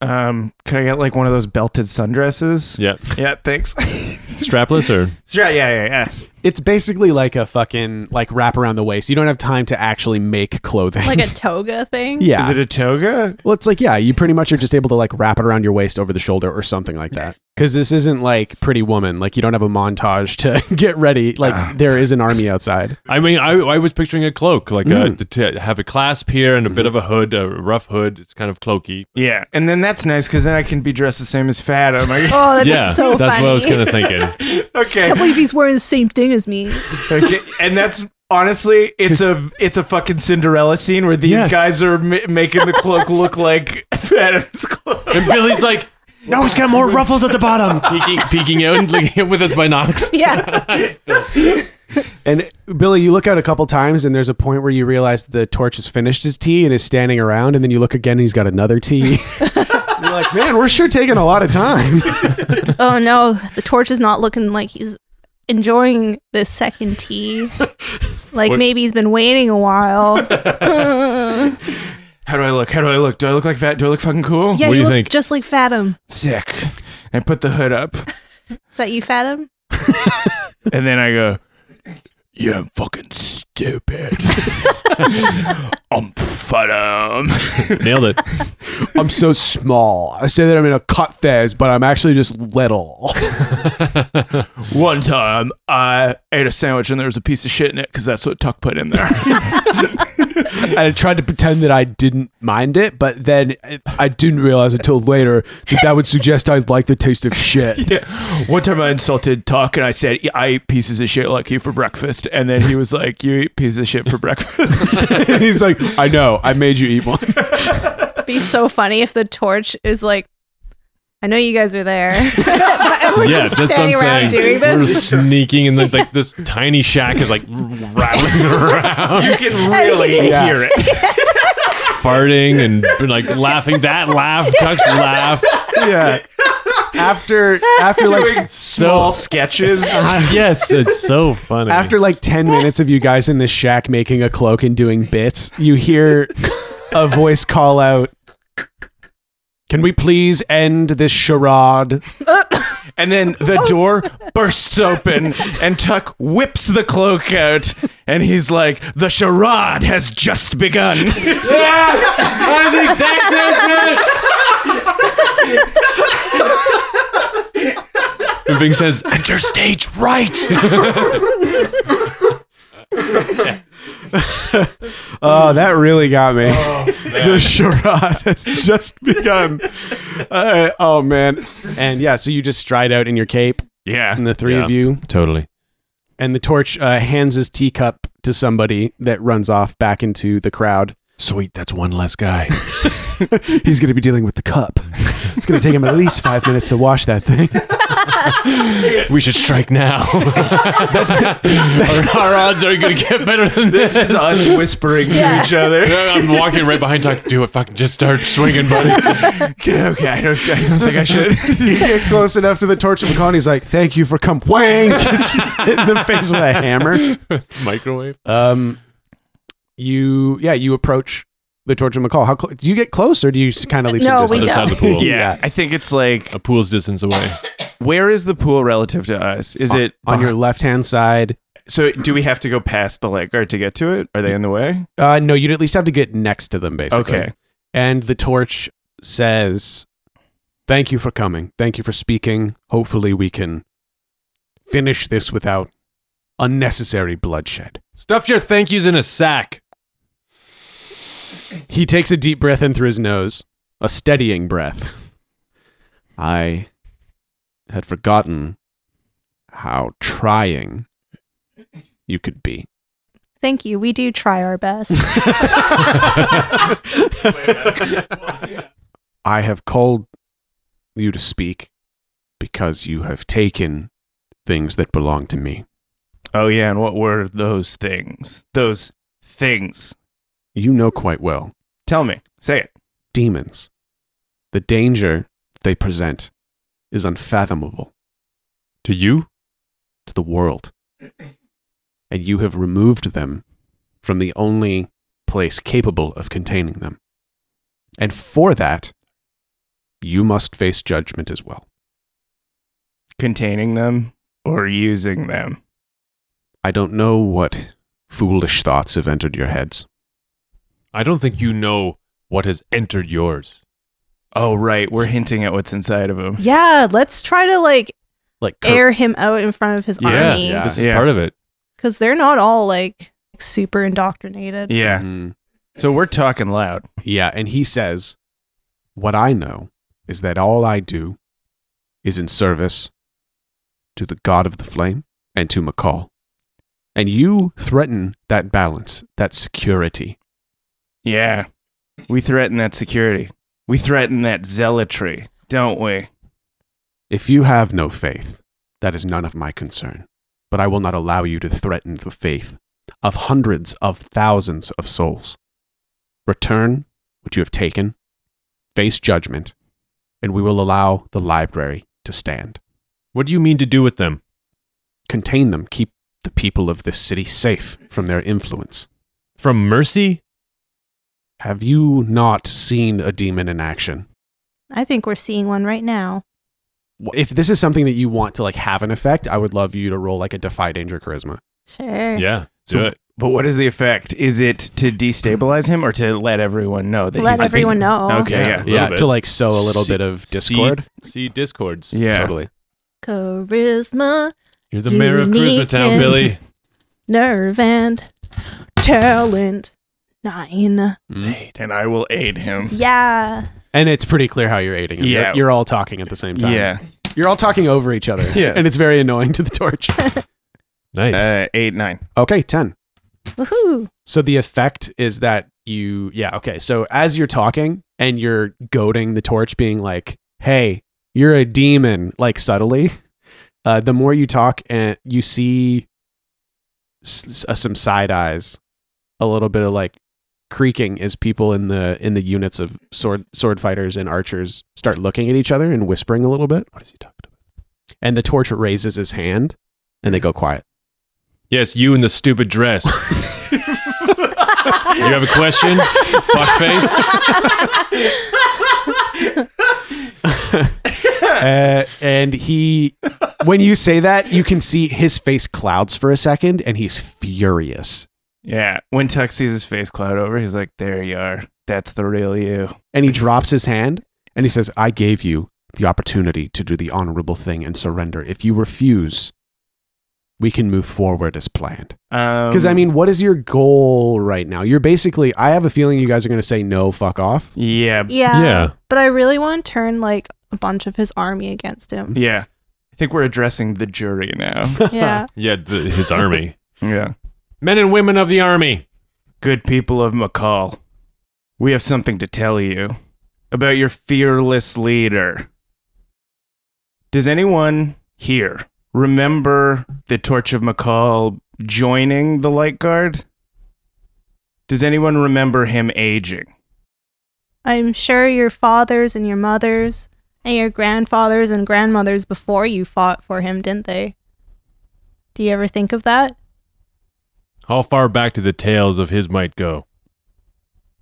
Um, could I get like one of those belted sundresses? Yeah. Yeah, thanks. Strapless or Stra- yeah, yeah, yeah. It's basically like a fucking like wrap around the waist. You don't have time to actually make clothing. Like a toga thing. yeah. Is it a toga? well, it's like yeah, you pretty much are just able to like wrap it around your waist over the shoulder or something like that. Because this isn't like Pretty Woman. Like you don't have a montage to get ready. Like there is an army outside. I mean, I, I was picturing a cloak, like Mm. a, to have a clasp here and a bit of a hood, a rough hood. It's kind of cloaky. Yeah. And then that's nice because then I can be dressed the same as Fat. Oh my Oh, that'd yeah, be so that's funny. what I was kind of thinking. okay. can't believe he's wearing the same thing as me. okay. And that's honestly, it's a it's a fucking Cinderella scene where these Yes. guys are ma- making the cloak look like Fat's cloak. and Billy's like, "No, he's got more ruffles at the bottom." peeking, peeking out and looking with his binocs. Yeah. And Billy, you look out a couple times, and there's a point where you realize the torch has finished his tea and is standing around, and then you look again, and he's got another tea. You're like, man, we're sure taking a lot of time. oh no, the torch is not looking like he's enjoying this second tea. Like What- maybe he's been waiting a while. yeah, How do I look? How do I look? Do I look like Fat? Do I look fucking cool? do you you look think? just like Fathom. Sick. And I put the hood up, Is that you, Fathom? and then I go. Yeah, I'm fucking stupid. I'm fat. Nailed it. I'm so small. I say that I'm in a cut phase, but I'm actually just little. One time, I ate a sandwich and there was a piece of shit in it because that's what Tuck put in there. and I tried to pretend that I didn't mind it, but then I didn't realize until later that that would suggest I like the taste of shit. yeah. One time, I insulted Tuck and I said, "Yeah, "I eat pieces of shit like you for breakfast," and then he was like, "You eat pieces of shit for breakfast." and he's like, I know, I made you eat one. It'd be so funny if the torch is like I know you guys are there. but we're yeah, just that's what I'm standing around saying. doing We're this. sneaking and like, like this tiny shack is like rattling around, can really Yeah. hear it. farting and like laughing. That laugh, Tuck's laugh. yeah. After after like Small sketches. yes, it's so funny. after like 10 minutes of you guys in this shack making a cloak and doing bits, you hear a voice call out, "Can we please end this charade?" And then the door bursts open, and Tuck whips the cloak out, and he's like, "The charade has just begun." I the exact same thing. Bing says, "Enter stage right." Oh, that really got me. Oh, the charade has just begun. Uh, oh man. And yeah, so you just stride out in your cape yeah, and the three of Yeah. you Totally. and the torch uh, hands his teacup to somebody that runs off back into the crowd. Sweet, that's one less guy. He's going to be dealing with the cup. It's going to take him at least 5 minutes to wash that thing. We should strike now. our, our odds are going to get better than this. this is us whispering to Yeah. each other. I'm walking right behind Tuck. Do it, fucking just start swinging, buddy. okay, I don't, I don't think I should. you get close enough to the torch of McCall, and he's like, "Thank you for come wang in the face with a hammer." Microwave. Um, you yeah, you approach the torch of McCall. How cl- do you get close, or do you kind of leave? No, some we Other distance? side of the pool. Yeah, I think it's like, A pool's distance away. where is the pool relative to us? Is it On your left hand side. So do we have to go past the lifeguard to get to it? Are they in the way? Uh, no, you'd at least have to get next to them, basically. Okay. And the torch says, "Thank you for coming. Thank you for speaking. Hopefully, we can finish this without unnecessary bloodshed." Stuff your thank yous in a sack. He takes a deep breath in through his nose, a steadying breath. I had forgotten how trying you could be. Thank you. We do try our best. I have called you to speak because you have taken things that belong to me. Oh yeah, and what were those things? Those things. You know quite well Tell me. Say it. demons. The danger they present is unfathomable. To you? to the world. And you have removed them from the only place capable of containing them. And for that, you must face judgment as well. Containing them or using them. I don't know what foolish thoughts have entered your heads. I don't think you know what has entered yours. Oh right, we're hinting at what's inside of them. yeah, let's try to like Like cur- air him out in front of his Yeah, army yeah. This is part of it. because they're not all like super indoctrinated. Yeah. Mm, So we're talking loud. yeah, and he says, What I know is that all I do is in service to the God of the Flame and to McCall. And you threaten that balance, that security. Yeah. We threaten that security. We threaten that zealotry, don't we? If you have no faith, that is none of my concern. But I will not allow you to threaten the faith of hundreds of thousands of souls. Return what you have taken, face judgment, and we will allow the library to stand. What do you mean to do with them? Contain them, keep the people of this city safe from their influence. From mercy? Have you not seen a demon in action? I think we're seeing one right now. If this is something that you want to like have an effect, I would love you to roll like a defy danger charisma. Sure. Yeah. So- do it. But what is the effect? Is it to destabilize him or to let everyone know that Let he's a everyone demon? know. Okay, Yeah. yeah. little yeah, bit. to like sow a little See- bit of discord. See, see discords. Yeah. Totally. Charisma, You're the mayor of Charisma Uniqueness. Town, Billy. nerve, and talent. Nine. Eight, and I will aid him. Yeah. And it's pretty clear how you're aiding him. Yeah. You're, you're all talking at the same time. Yeah. You're all talking over each other. Yeah. And it's very annoying to the torch. Nice. Uh, eight, nine. okay, 10. Woohoo. So the effect is that you, yeah, okay. So as you're talking and you're goading the torch, being like, hey, You're a demon, like subtly. Uh, the more you talk, and you see s- s- some side eyes, a little bit of like creaking as people in the in the units of sword sword fighters and archers start looking at each other and whispering a little bit. What is he talking about? And the torch raises his hand, and they go quiet. Yes, you in the stupid dress. you have a question? Fuckface? uh, and he, when you say that, you can see his face clouds for a second, and he's furious. Yeah. When Tuck sees his face cloud over, he's like, "There you are. That's the real you." And he drops his hand, and he says, "I gave you the opportunity to do the honorable thing and surrender. If you refuse, we can move forward as planned." Because Because I mean, what is your goal right now? You're basically. I have a feeling you guys are going to say no. Fuck off. yeah, Yeah. Yeah. But I really want to turn like a bunch of his army against him. yeah. I think we're addressing the jury now. Yeah. Yeah, the, his army. yeah. Men and women of the army. Good people of McCall, we have something to tell you about your fearless leader. Does anyone here remember the Torch of McCall joining the Light Guard? Does anyone remember him aging? I'm sure your fathers and your mothers and your grandfathers and grandmothers before you fought for him, didn't they? Do you ever think of that? How far back do the tales of his might go?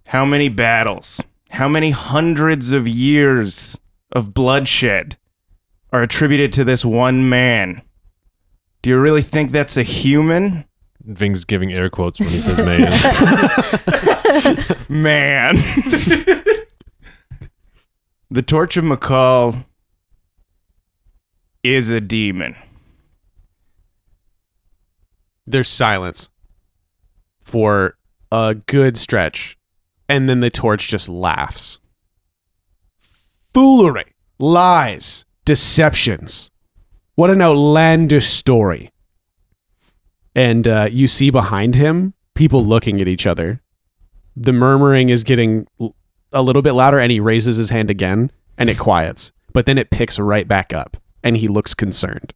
How many battles, how many hundreds of years of bloodshed are attributed to this one man? Do you really think that's a human? Ving's giving air quotes when he says man. Man. the Torch of McCall is a demon. There's silence for a good stretch. And then the torch just laughs. Foolery, lies, deceptions. What an outlandish story. And uh, you see behind him people looking at each other. The murmuring is getting l- a little bit louder, and he raises his hand again and it quiets. But then it picks right back up and he looks concerned.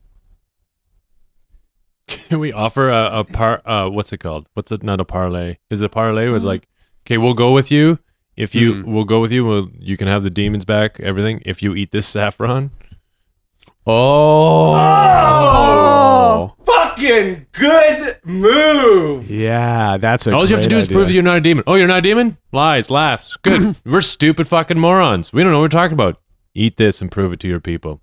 Can we offer a, a par? Uh, what's it called? What's it? Not a parlay. Is it a parlay? Was like, okay, we'll go with you. If you, Mhm. we'll go with you. We'll, you can have the demons back. Everything. If you eat this saffron, Oh. Fucking good move. Yeah, that's a all you have to great do is idea. prove that you're not a demon. Oh, you're not a demon? Lies, laughs. Good. we're stupid fucking morons. We don't know what we're talking about. Eat this and prove it to your people.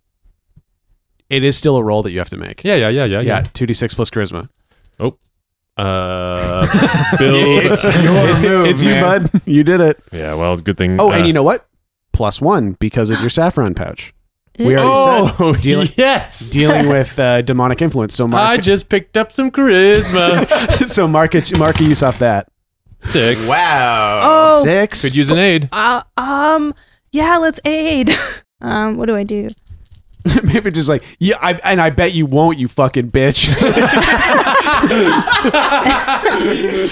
It is still a roll that you have to make. Yeah, yeah, yeah, yeah, Yeah, yeah. 2d6 plus charisma. Uh, build. It's your move. it's man. you, bud. You did it. yeah. Well, good thing. Oh, uh, and you know what? Plus one because of your saffron pouch. We already Oh, said dealing, yes. dealing with uh, demonic influence. So I mark, just picked up some charisma. so mark a, mark a use off that. Six. Wow. Oh, Six. Could use an aid. uh, um, yeah, let's aid. um, what do I do? Maybe just like yeah, I, and I bet you won't, you fucking bitch.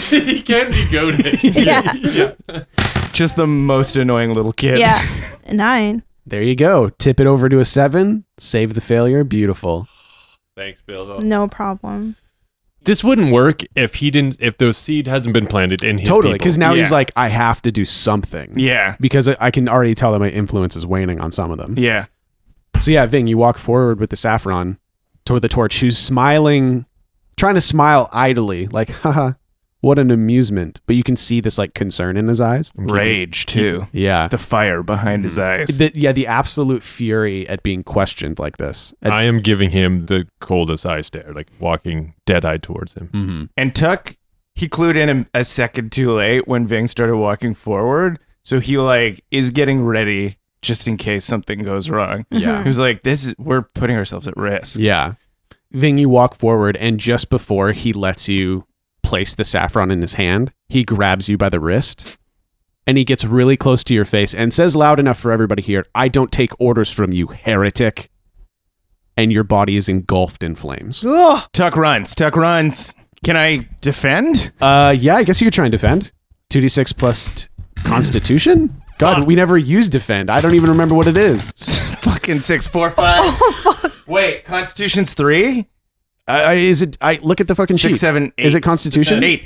he can be goaded. Yeah. Just the most annoying little kid. yeah. Nine. there you go. Tip it over to a seven. Save the failure. Beautiful. Thanks, Bill. No problem. This wouldn't work if he didn't. If those seed hasn't been planted in his totally. people. Because now he's Yeah. like, I have to do something. Yeah. Because I- I can already tell that my influence is waning on some of them. Yeah. So yeah, Ving, you walk forward with the saffron toward the torch, who's smiling, trying to smile idly, like, haha, what an amusement. But you can see this like concern in his eyes. Rage too. Yeah. The fire behind his eyes. Mm. The, yeah, the absolute fury at being questioned like this. At- I am giving him the coldest eye stare, like walking dead eyed towards him. Mm-hmm. And Tuck, he clued in a, a second too late when Ving started walking forward. So he like is getting ready just in case something goes wrong. Yeah. He was like, this is we're putting ourselves at risk. Yeah. Ving, you walk forward, and just before he lets you place the saffron in his hand, he grabs you by the wrist and he gets really close to your face and says loud enough for everybody here, I don't take orders from you, heretic. And your body is engulfed in flames. Tuck runs. Tuck runs. Can I defend? Uh, yeah, I guess you could try and defend. 2d6 plus t- constitution? God, we never used defend. I don't even remember what it is. Fucking six, four, five. Wait, Constitution's three, I, I, is it? I look at the fucking sheet. six, seven, eight. Is it Constitution? Eight.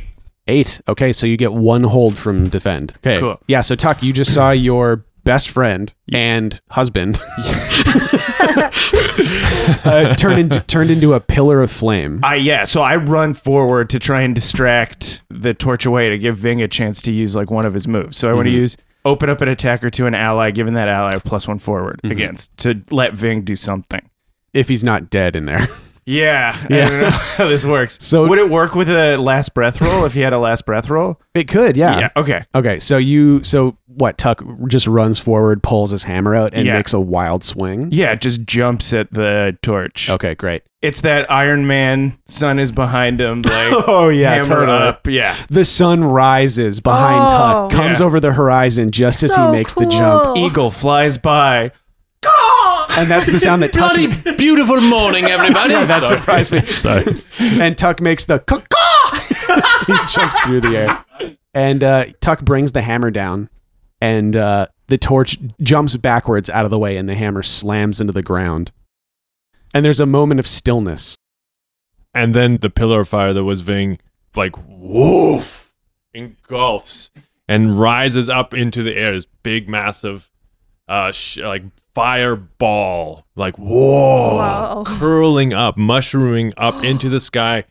Eight. Okay, so you get one hold from defend. Okay. Cool. Yeah. So Tuck, you just saw your best friend and husband uh, turn into, turned into a pillar of flame. I yeah, so I run forward to try and distract the torch away to give Ving a chance to use like one of his moves. So I want to use open up an attacker to an ally, giving that ally a plus one forward against to let Ving do something. If he's not dead in there, Yeah, I don't know how this works. So- So would it work with a last breath roll if he had a last breath roll? it could. Yeah. Okay. Okay. So you. So what? Tuck just runs forward, pulls his hammer out, and Yeah. makes a wild swing. Yeah, it just jumps at the torch. Okay. Great. It's that Iron Man sun is behind him, like Oh yeah. hammer totally. up. Yeah. The sun rises behind Oh. Tuck, comes Yeah. over the horizon just as he So makes the jump, cool. Eagle flies by. and that's the sound that Tuck. Bloody beautiful morning, everybody. that Sorry. surprised me. Sorry. and Tuck makes the caw as he jumps through the air, and uh, Tuck brings the hammer down, and uh, the torch jumps backwards out of the way, and the hammer slams into the ground. And there's a moment of stillness. And then the pillar of fire that was Ving, like, woof, engulfs and rises up into the air. This big, massive, uh, sh- like, fireball, like, whoa, Wow. curling up, mushrooming up into the sky,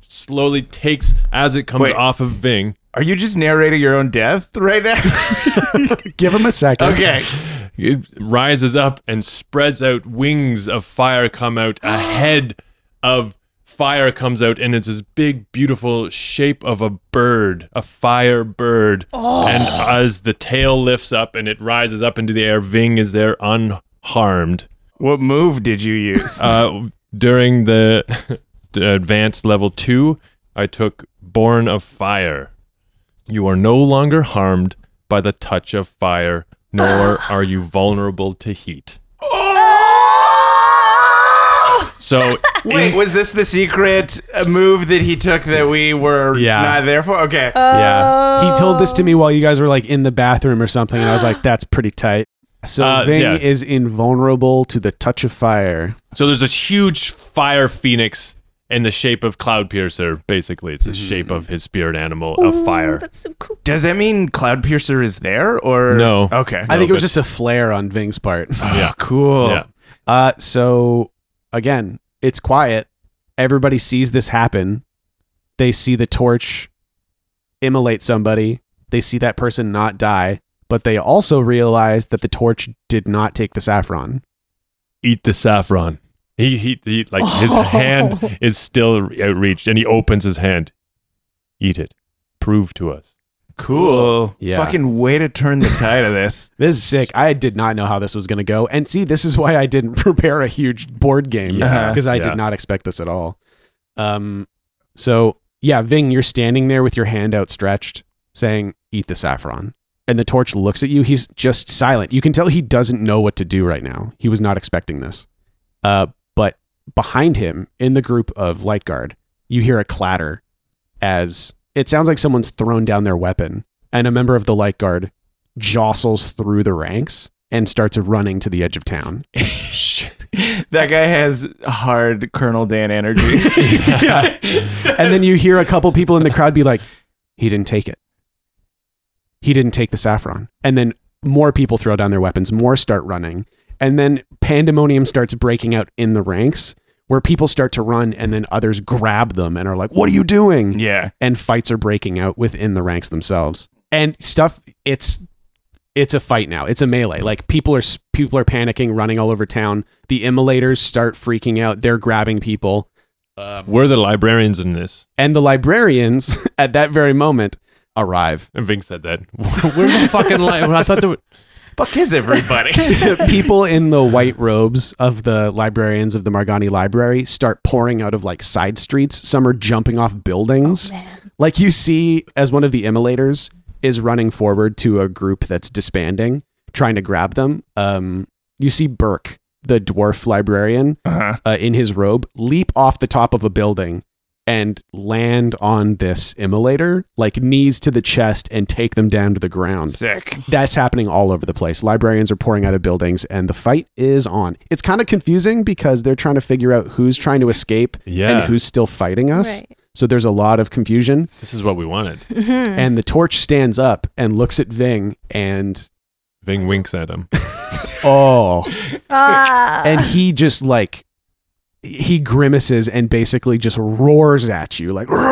slowly takes as it comes Wait. off of Ving. Are you just narrating your own death right now? Give him a second. okay. It rises up and spreads out. Wings of fire come out. A head of fire comes out, and it's this big, beautiful shape of a bird, a fire bird. And as the tail lifts up and it rises up into the air, Ving is there unharmed. What move did you use? Uh, during the the advanced level two, I took Born of Fire. You are no longer harmed by the touch of fire, nor are you vulnerable to heat. So Wait, was this the secret uh, move that he took that we were Yeah. not there for? Okay. Uh, He told this to me while you guys were like in the bathroom or something, and I was like, "That's pretty tight." So Uh, Ving yeah. is invulnerable to the touch of fire. So there's this huge fire phoenix in the shape of Cloudpiercer. Basically, it's the shape of his spirit animal of fire. Oh, That's so cool. Does that mean Cloudpiercer is there or No. Okay. Ah, I think it was but- just a flare on Ving's part. Yeah. cool. Yeah. Uh, so again, it's quiet. Everybody sees this happen. They see the torch immolate somebody. They see that person not die, but they also realize that the torch did not take the saffron. Eat the saffron. He he, he like his hand is still outreached, and he opens his hand. Eat it. Prove to us. Cool. Yeah. Fucking way to turn the tide of this. This is sick. I did not know how this was going to go. And see, this is why I didn't prepare a huge board game Yeah. because I Yeah. did not expect this at all. Um, so yeah, Ving, you're standing there with your hand outstretched saying, eat the saffron. And the torch looks at you. He's just silent. You can tell he doesn't know what to do right now. He was not expecting this. Uh, but behind him in the group of light guard, you hear a clatter as it sounds like someone's thrown down their weapon and a member of the light guard jostles through the ranks and starts running to the edge of town. that guy has hard Colonel Dan energy. And then you hear a couple people in the crowd be like, he didn't take it. He didn't take the saffron. And then more people throw down their weapons, more start running. And then pandemonium starts breaking out in the ranks where people start to run and then others grab them and are like, what are you doing? yeah. and fights are breaking out within the ranks themselves and stuff it's it's a fight now it's a melee like people are people are panicking running all over town the immolators start freaking out they're grabbing people Um, We're the librarians in this. and the librarians at that very moment arrive And Ving said that. We're the fucking librarians. I thought there were- Fuck is everybody. the people in the white robes of the librarians of the margani library start pouring out of like side streets some are jumping off buildings like you see as one of the immolators is running forward to a group that's disbanding trying to grab them um, you see burke the dwarf librarian uh-huh. uh, in his robe leap off the top of a building and land on this immolator, like knees to the chest, and take them down to the ground. Sick. That's happening all over the place. Librarians are pouring out of buildings, and the fight is on. It's kind of confusing because they're trying to figure out who's trying to escape Yeah. and who's still fighting us. Right. So there's a lot of confusion. this is what we wanted. Mhm. And the torch stands up and looks at Ving and Ving winks at him. oh, Ah. and he just like he grimaces and basically just roars at you like "Roar!"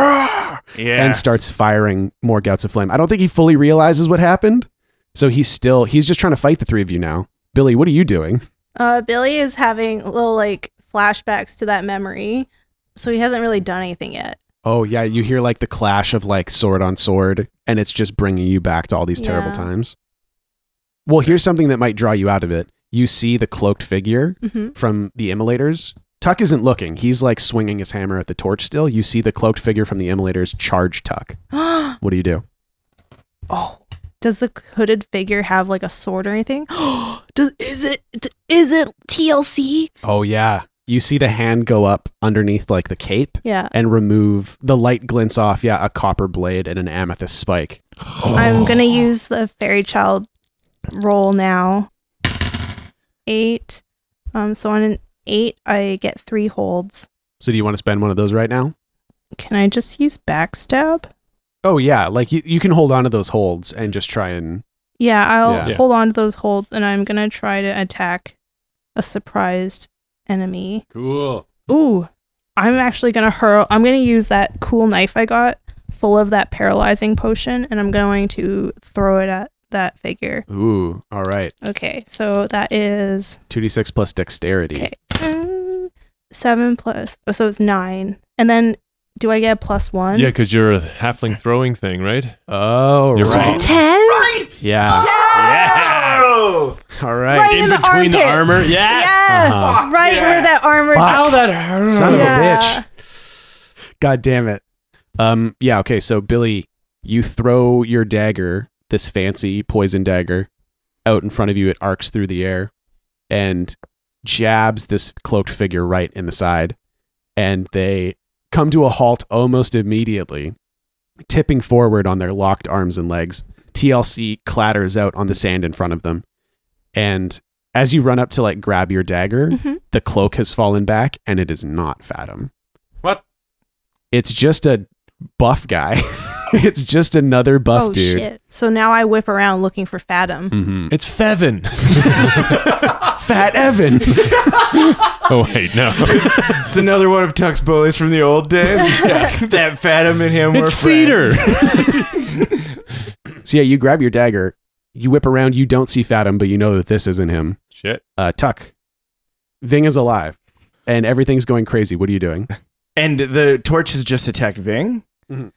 Yeah. and starts firing more gouts of flame. I don't think he fully realizes what happened. So he's still he's just trying to fight the three of you now. Billy, what are you doing? Uh, Billy is having little like flashbacks to that memory, so he hasn't really done anything yet. Oh yeah, you hear like the clash of like sword on sword and it's just bringing you back to all these terrible Yeah. times. Well, here's something that might draw you out of it. You see the cloaked figure hmm from the immolators. Tuck isn't looking. He's like swinging his hammer at the torch still. You see the cloaked figure from the immolators charge Tuck. What do you do? oh, does the hooded figure have like a sword or anything? does is it is it TLC? Oh, yeah. You see the hand go up underneath like the cape Yeah, and remove the light glints off. Yeah, a copper blade and an amethyst spike. I'm gonna use the fairy child roll now. Eight. Um, so on an eight, I get three holds. So, do you want to spend one of those right now? Can I just use backstab? Oh, yeah. Like you, you can hold on to those holds and just try and. Yeah, I'll Yeah. hold on to those holds and I'm going to try to attack a surprised enemy. Cool. Ooh, I'm actually going to hurl. I'm going to use that cool knife I got full of that paralyzing potion and I'm going to throw it at that figure. Ooh, all right. Okay, so that is 2d6 plus dexterity. okay. um, seven plus, oh, so it's nine. And then do I get a plus one? Yeah, because you're a halfling throwing thing, right? Oh, You're right. right. Ten? Yeah. Yeah. All right. Right in the armpit. armor. Yeah. Yes! Uh-huh. Right where that armor Fuck. Ow, that hurts. Son of Yeah. a bitch. God damn it. Um, yeah, okay, so Billy, you throw your dagger, this fancy poison dagger, out in front of you. It arcs through the air and jabs this cloaked figure right in the side. And they come to a halt almost immediately, tipping forward on their locked arms and legs. TLC clatters out on the sand in front of them. And as you run up to like grab your dagger, Mhm. the cloak has fallen back and it is not Fathom. What? It's just a buff guy. it's just another buff Oh, dude. shit. So now I whip around looking for Fathom. Mhm. It's Fevin. Fat Evan. oh wait, no. It's another one of Tuck's bullies from the old days. that Fathom and him were it's Feeder. so yeah, you grab your dagger, you whip around, you don't see Fathom, but you know that this isn't him. Shit. Uh, Tuck. Ving is alive. And everything's going crazy. What are you doing? And the torch has just attacked Ving.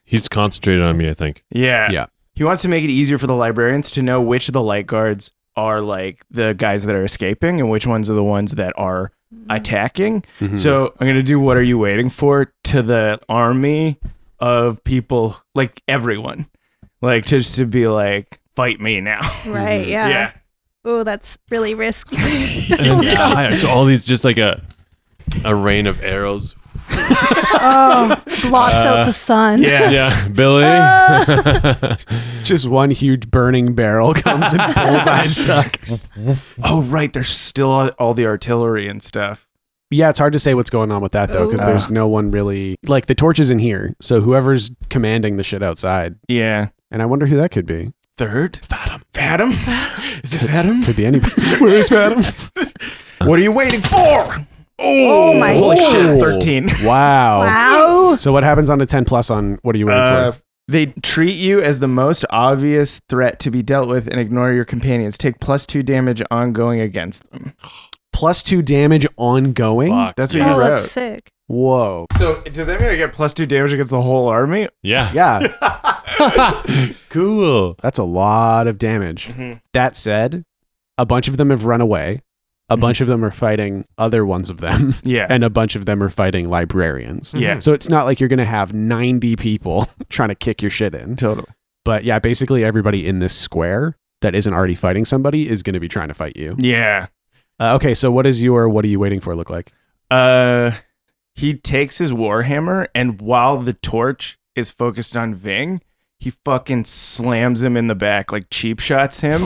He's concentrated on me, I think. Yeah. Yeah. He wants to make it easier for the librarians to know which of the light guards are like the guys that are escaping and which ones are the ones that are attacking. Hmm. So I'm gonna do what are you waiting for to the army of people like everyone. Like just to be like, fight me now. Right, Mm, yeah. yeah. Oh, that's really risky. And I- so all these just like a a rain of arrows. oh, blocks out the sun. Yeah. uh, Yeah, Billy. just one huge burning barrel comes and bullseyes Tuck. Oh right, there's still all, all the artillery and stuff. Yeah, it's hard to say what's going on with that though, because Oh. there's no one really like the torch is in here. So whoever's commanding the shit outside, Yeah. and I wonder who that could be. Third? Fathom. Fathom? Is it Fathom? Could be anybody. Where is Adam? What are you waiting for? Oh, my holy God. shit! Thirteen. Wow. Wow. Oh, So what happens on a ten plus? On what are you waiting Uh, for? they treat you as the most obvious threat to be dealt with and ignore your companions. Take plus two damage ongoing against them. Plus two damage ongoing. Fuck. That's what Oh, you wrote. that's sick. Whoa. So does that mean I get plus two damage against the whole army? yeah. Yeah, cool. that's a lot of damage. Mm-hmm. That said, a bunch of them have run away. A Mm-hmm. bunch of them are fighting other ones of them, Yeah. Mm-hmm. and a bunch of them are fighting librarians. yeah. So it's not like you're going to have 90 people trying to kick your shit in. Totally. But yeah, basically everybody in this square that isn't already fighting somebody is going to be trying to fight you. Yeah. Uh, okay, so what is your what are you waiting for look like? Uh, he takes his warhammer and while the torch is focused on Ving, he fucking slams him in the back like cheap shots him.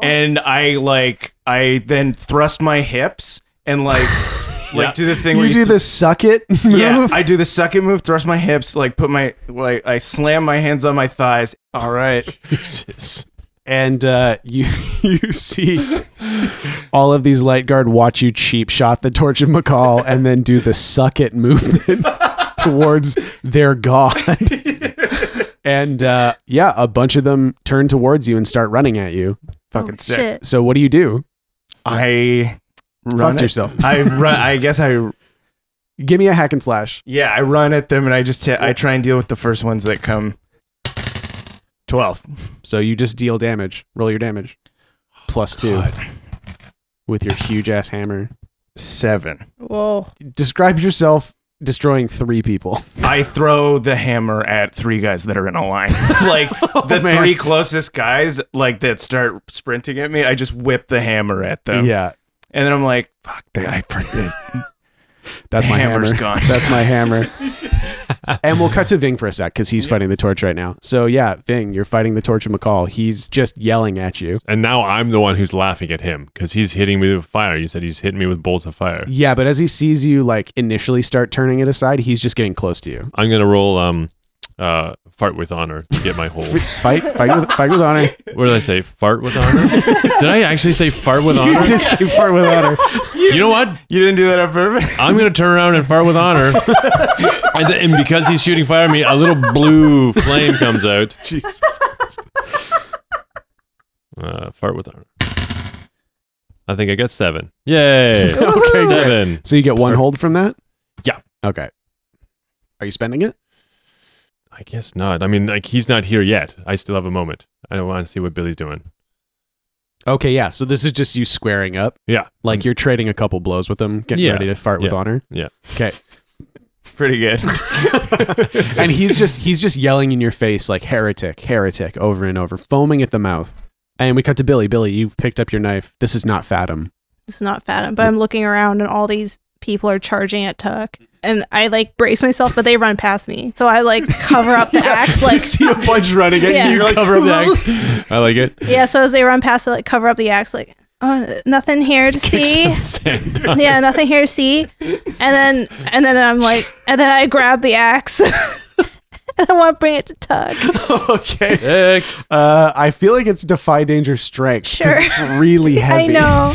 And I like I then thrust my hips and like like Yeah. do the thing You where you do th- the suck it move. yeah, I do the suck it move, thrust my hips, like put my like I slam my hands on my thighs. All right. Jesus. and uh, you you see all of these light guard watch you cheap shot the torch of McCall and then do the suck it movement towards their god. and uh, yeah, a bunch of them turn towards you and start running at you. Fucking sick. Oh, shit. So what do you do? I run Fuck at- yourself. I run I guess I Give me a hack and slash. yeah, I run at them and I just t- I try and deal with the first ones that come. 12. So you just deal damage. Roll your damage. Plus two. With your huge ass hammer. 7. Whoa. Describe yourself destroying three people. I throw the hammer at three guys that are in a line. like the Oh, man. three closest guys like that start sprinting at me, I just whip the hammer at them. yeah. And then I'm like, fuck, they, I forget. That's my Hammer's hammer. gone. That's my hammer. and we'll cut to Ving for a sec because he's fighting the torch right now. So yeah, Ving, you're fighting the torch of McCall. He's just yelling at you. And now I'm the one who's laughing at him because he's hitting me with fire. You said he's hitting me with bolts of fire. Yeah, but as he sees you like initially start turning it aside, he's just getting close to you. I'm gonna roll um uh fart with honor to get my whole Fight, fight with, fight with honor. what did I say? Fart with honor? did I actually say fart with honor? You did say fight with honor. You know what? you didn't do that on purpose? I'm gonna turn around and fart with honor. and, th- and because he's shooting fire at me, a little blue flame comes out. Jesus. Uh, fart with honor. I think I got seven. Yay! Okay, great. seven. So you get one hold from that. Yeah. Okay. Are you spending it? I guess not. I mean, like he's not here yet. I still have a moment. I want to see what Billy's doing. Okay, yeah. So this is just you squaring up. Yeah. Like you're trading a couple blows with him, getting Yeah. ready to fart with Yeah. honor. Yeah. Okay. Pretty good. and he's just he's just yelling in your face like heretic, heretic over and over, foaming at the mouth. And we cut to Billy. Billy, you've picked up your knife. This is not Fathom. It's not fat, but I'm looking around and all these people are charging at Tuck. And I like brace myself, but they run past me. So I like cover up the axe, like a bunch running at Yeah. you, Cover up the act. I like it. yeah. So as they run past, I like cover up the axe, like oh, nothing here to see. Sand. yeah, nothing here to see. And then and then I'm like, and then I grab the axe. and I want to bring it to Tuck. okay. Sick. Uh, I feel like it's defy danger strength. 'cause Sure. It's really I heavy. know.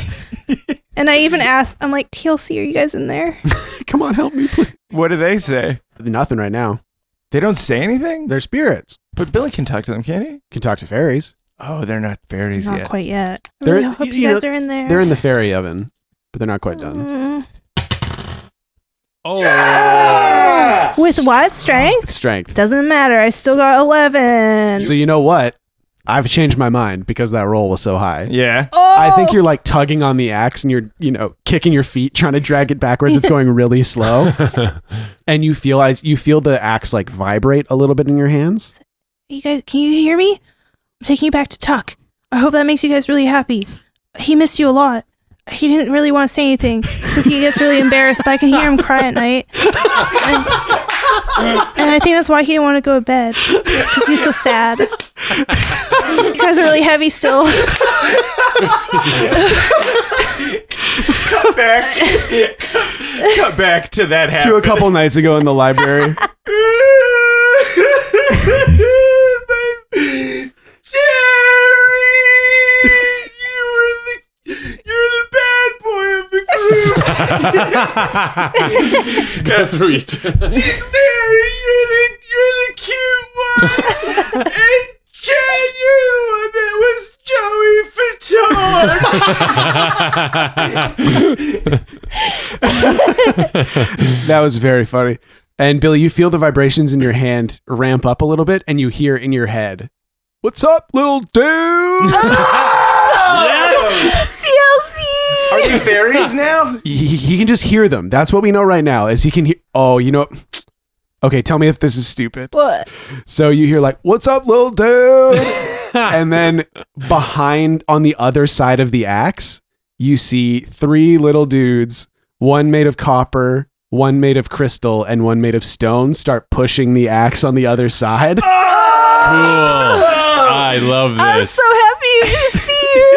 and I even asked, I'm like, TLC, are you guys in there? Come on, help me, please. what do they say? Nothing right now. They don't say anything? They're spirits. But Billy can talk to them, can he? Can talk to fairies. Oh, they're not fairies Not yet. quite yet. I They're- really hope you you know, guys are in there. They're in the fairy oven, but they're not quite done. Mm. Oh. With what strength? Strength. Doesn't matter. I still got 11. So you know what? I've changed my mind because that roll was so high. Yeah. oh! I think you're like tugging on the axe and you're, you know, kicking your feet, trying to drag it backwards. It's going really slow. and you feel as you feel the axe like vibrate a little bit in your hands. You guys, can you hear me? I'm taking you back to Tuck. I hope that makes you guys really happy. He missed you a lot. He didn't really want to say anything because he gets really embarrassed, but I can hear him cry at night. And, and I think that's why he didn't want to go to bed because he's so sad. You guys are really heavy still. Cut back. Cut back to that happen. To a couple nights ago in the library. Jerry, you were the you're the bad boy of the group. Got through it. Mary, you're the you're the cute one. and Chad, you're the one that was Joey Fatone. That was very funny. And Billy, you feel the vibrations in your hand ramp up a little bit and you hear in your head, What's up, little dude? yes. TLC! Are you fairies now? he, he can just hear them. That's what we know right now. Is he can hear? Oh, you know. what? Okay, tell me if this is stupid. What? So you hear like, "What's up, little dude?" and then behind on the other side of the axe, you see three little dudes. One made of copper, one made of crystal and one made of stone, start pushing the axe on the other side. I love this. I'm so happy you can see you.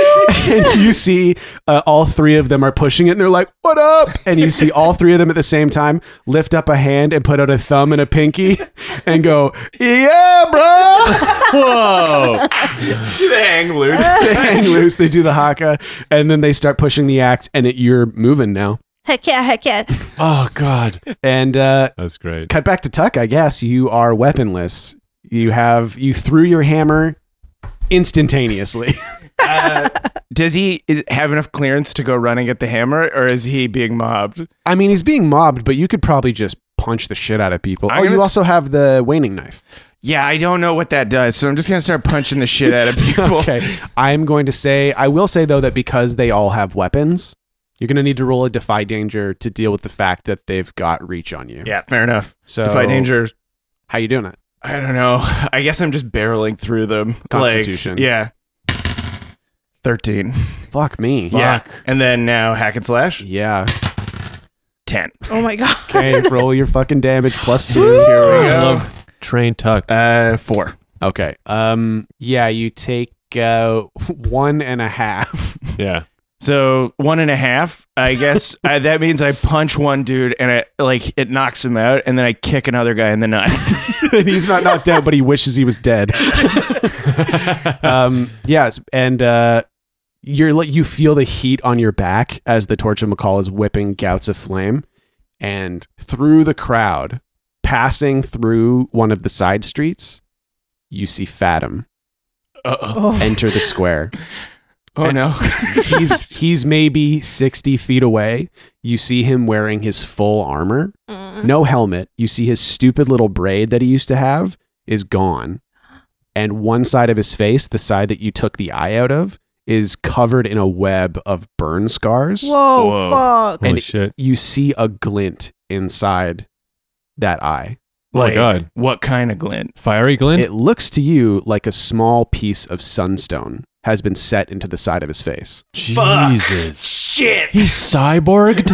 and you see uh, all three of them are pushing it and they're like, What up? And you see all three of them at the same time lift up a hand and put out a thumb and a pinky and go, Yeah, bro. Whoa. Hang loose. they hang loose, they do the haka, and then they start pushing the axe, and it, you're moving now. Heck yeah, heck yeah. Oh God, And uh, that's great. cut back to Tuck, I guess. You are weaponless. You have, you threw your hammer instantaneously. Uh, does he is, have enough clearance to go running at the hammer, or is he being mobbed? I mean, he's being mobbed, but you could probably just punch the shit out of people. I'm oh, you gonna s- also have the waning knife. Yeah, I don't know what that does, so I'm just gonna start punching the shit out of people. Okay. I'm going to say, I will say though that because they all have weapons, you're going to need to roll a defy danger to deal with the fact that they've got reach on you. Yeah, fair enough. So Defy danger. How you doing it? I don't know. I guess I'm just barreling through them. Like, Constitution. yeah. Thirteen. Fuck me. Yeah. Fuck. And then now hack and slash. Yeah. Ten. Oh my god. Okay. roll your fucking damage plus two. Here we I go. love train tuck. Uh, four. Okay. Um. Yeah. You take uh one and a half. Yeah. So one and a half. I guess I, that means I punch one dude and it like it knocks him out, and then I kick another guy in the nuts. and he's not knocked out, but he wishes he was dead. um. Yes. And uh. You're like you feel the heat on your back as the torch of McCall is whipping gouts of flame, and through the crowd, passing through one of the side streets, you see Fathom Uh-oh. Oh. enter the square. Oh no. he's he's maybe 60 feet away you see him wearing his full armor Mm. no helmet you see his stupid little braid that he used to have is gone and one side of his face the side that you took the eye out of is covered in a web of burn scars Whoa, Whoa. fuck. Holy and- shit. you see a glint inside that eye Oh my God. What kind of glint? Fiery glint. it looks to you like a small piece of sunstone has been set into the side of his face Jesus. Shit. He's cyborged.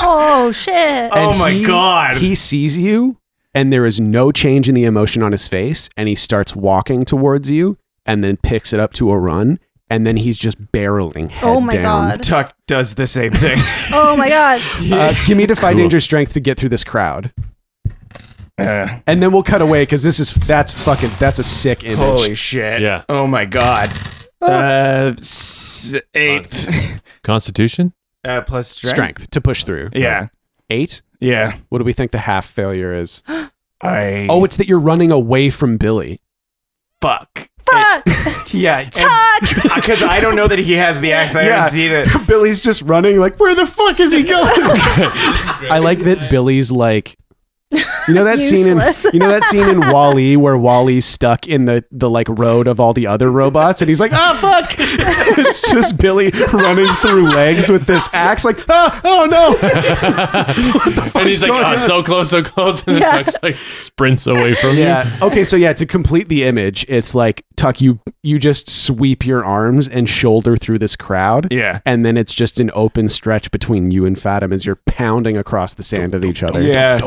Oh shit. Oh And my he- God. He sees you, and there is no change in the emotion on his face, and he starts walking towards you, and then picks it up to a run, and then he's just barreling head Oh my down. god. Tuck does the same thing. Oh my god. Uh, give me defy Cool. danger strength to get through this crowd, Uh, and then we'll cut away because this is that's fucking that's a sick image. holy shit. Yeah. Oh my God. Oh. Uh, s- eight. Constitution. Uh, plus strength. strength to push through. Yeah. eight. Yeah. What do we think the half failure is? I. Oh, it's that you're running away from Billy. fuck. Fuck. Yeah. Tuck. Because I don't know that he has the axe. I Yeah. haven't seen it. Billy's just running like, where the fuck is he going? I like that Billy's like, you know that scene Useless. in you know that scene in Wally where Wally's stuck in the the like road of all the other robots and he's like, ah fuck! it's just Billy running through legs with this axe, like, ah, oh no! and he's like, going on? oh, so close, so close. And then Yeah. Tuck's like sprints away from you. yeah. Okay, so yeah, to complete the image, it's like Tuck, you you just sweep your arms and shoulder through this crowd. Yeah. And then it's just an open stretch between you and Fatim as you're pounding across the sand at each other. Yeah.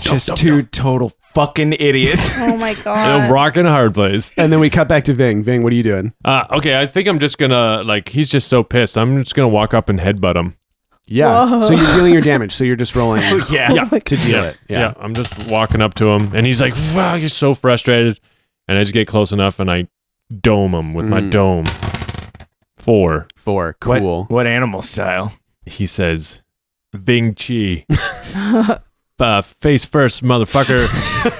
Just two total fucking idiots. Oh my In a god. rock and a hard place. And then we cut back to Ving. Ving, what are you doing? Uh, okay, I think I'm just gonna like he's just so pissed. I'm just gonna walk up and headbutt him. Yeah. Whoa. So you're dealing your damage. So you're just rolling yeah. yeah, to deal yeah, it. yeah. I'm just walking up to him, and he's like, "Fuck!" He's so frustrated, and I just get close enough, and I dome him with my Mm. dome. Four, Four. What- Cool. What, animal style? he says, "Ving Chi, uh, face first, motherfucker."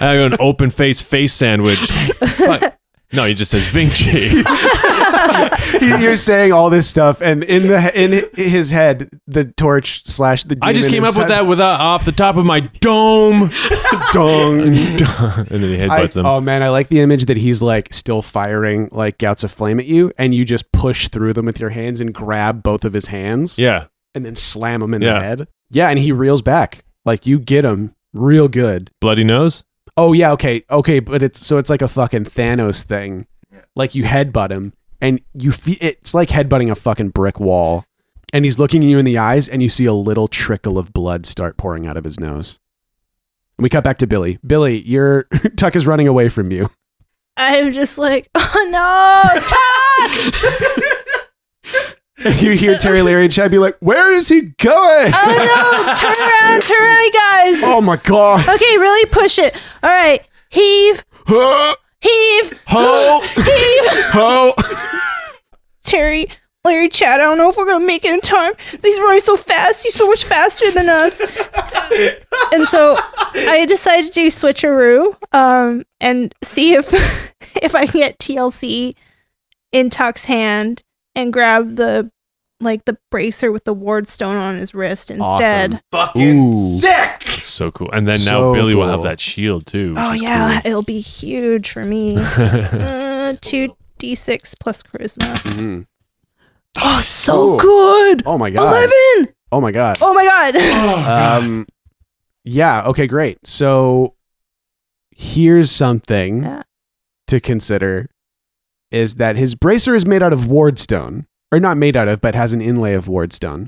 I go an open face face sandwich. Fuck. No, he just says Ving Chi. you're saying all this stuff, and in the in his head, the torch slash the. I just demon came up with inside- that with uh, off the top of my dome, Dong. and then he I- headbutts him. oh man, I like the image that he's like still firing like gouts of flame at you, and you just push through them with your hands and grab both of his hands, yeah, and then slam him in the Yeah. head. Yeah, and he reels back. Like you get him real good. bloody nose. Oh yeah, okay, okay, but it's so it's like a fucking Thanos thing. Like you headbutt him, and you fe- it's like headbutting a fucking brick wall. and he's looking you in the eyes, and you see a little trickle of blood start pouring out of his nose. And we cut back to Billy. Billy, your Tuck is running away from you. I'm just like, oh no, Tuck! And you hear Terry, Larry, and Chad be like, "Where is he going? Oh no, turn around, turn around, you guys. oh my god! Okay, really push it. All right, heave, Ho! heave, Ho! heave. Ho! Terry, Larry, Chad, I don't know if we're gonna make it in time. He's running so fast. He's so much faster than us. and so I decided to do switcheroo um, and see if if I can get TLC in Tuck's hand and grab the like the bracer with the ward stone on his wrist instead. Awesome. Fucking Ooh. sick. So cool. And then now So Billy will have cool. that shield too. which Oh is yeah, it'll be huge for me. cool. uh, two d6 plus charisma. Mhm. Oh, so Ooh. good. Oh my god! Eleven. Oh my god! Oh my god. Um, yeah. Okay. Great. So here's something Yeah. to consider: is that his bracer is made out of wardstone, or not made out of, but has an inlay of wardstone.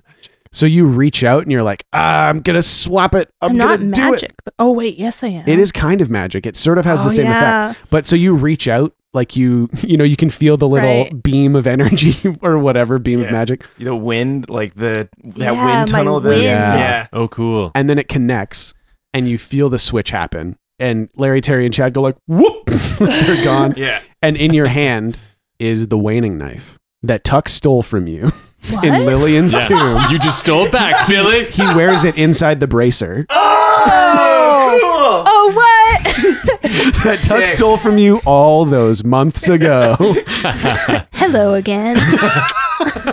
So you reach out and you're like, ah, I'm gonna swap it. I'm, I'm not gonna do magic. though. Oh wait, yes I am. it. It is kind of magic. It sort of has the Oh, same effect. yeah. But so you reach out, like you, you know, you can feel the little Right. beam of energy or whatever beam of Yeah. magic, The wind, like the that Yeah, wind my tunnel. that- wind. Yeah. yeah. oh, cool. and then it connects, and you feel the switch happen. And Larry, Terry, and Chad go like, whoop, they're gone. Yeah. And in your hand is the waning knife that Tuck stole from you What? in Lillian's Yeah. tomb. You just stole it back, Billy. He wears it inside the bracer Oh, cool. oh what? that Tuck Sick. stole from you all those months ago. Hello again.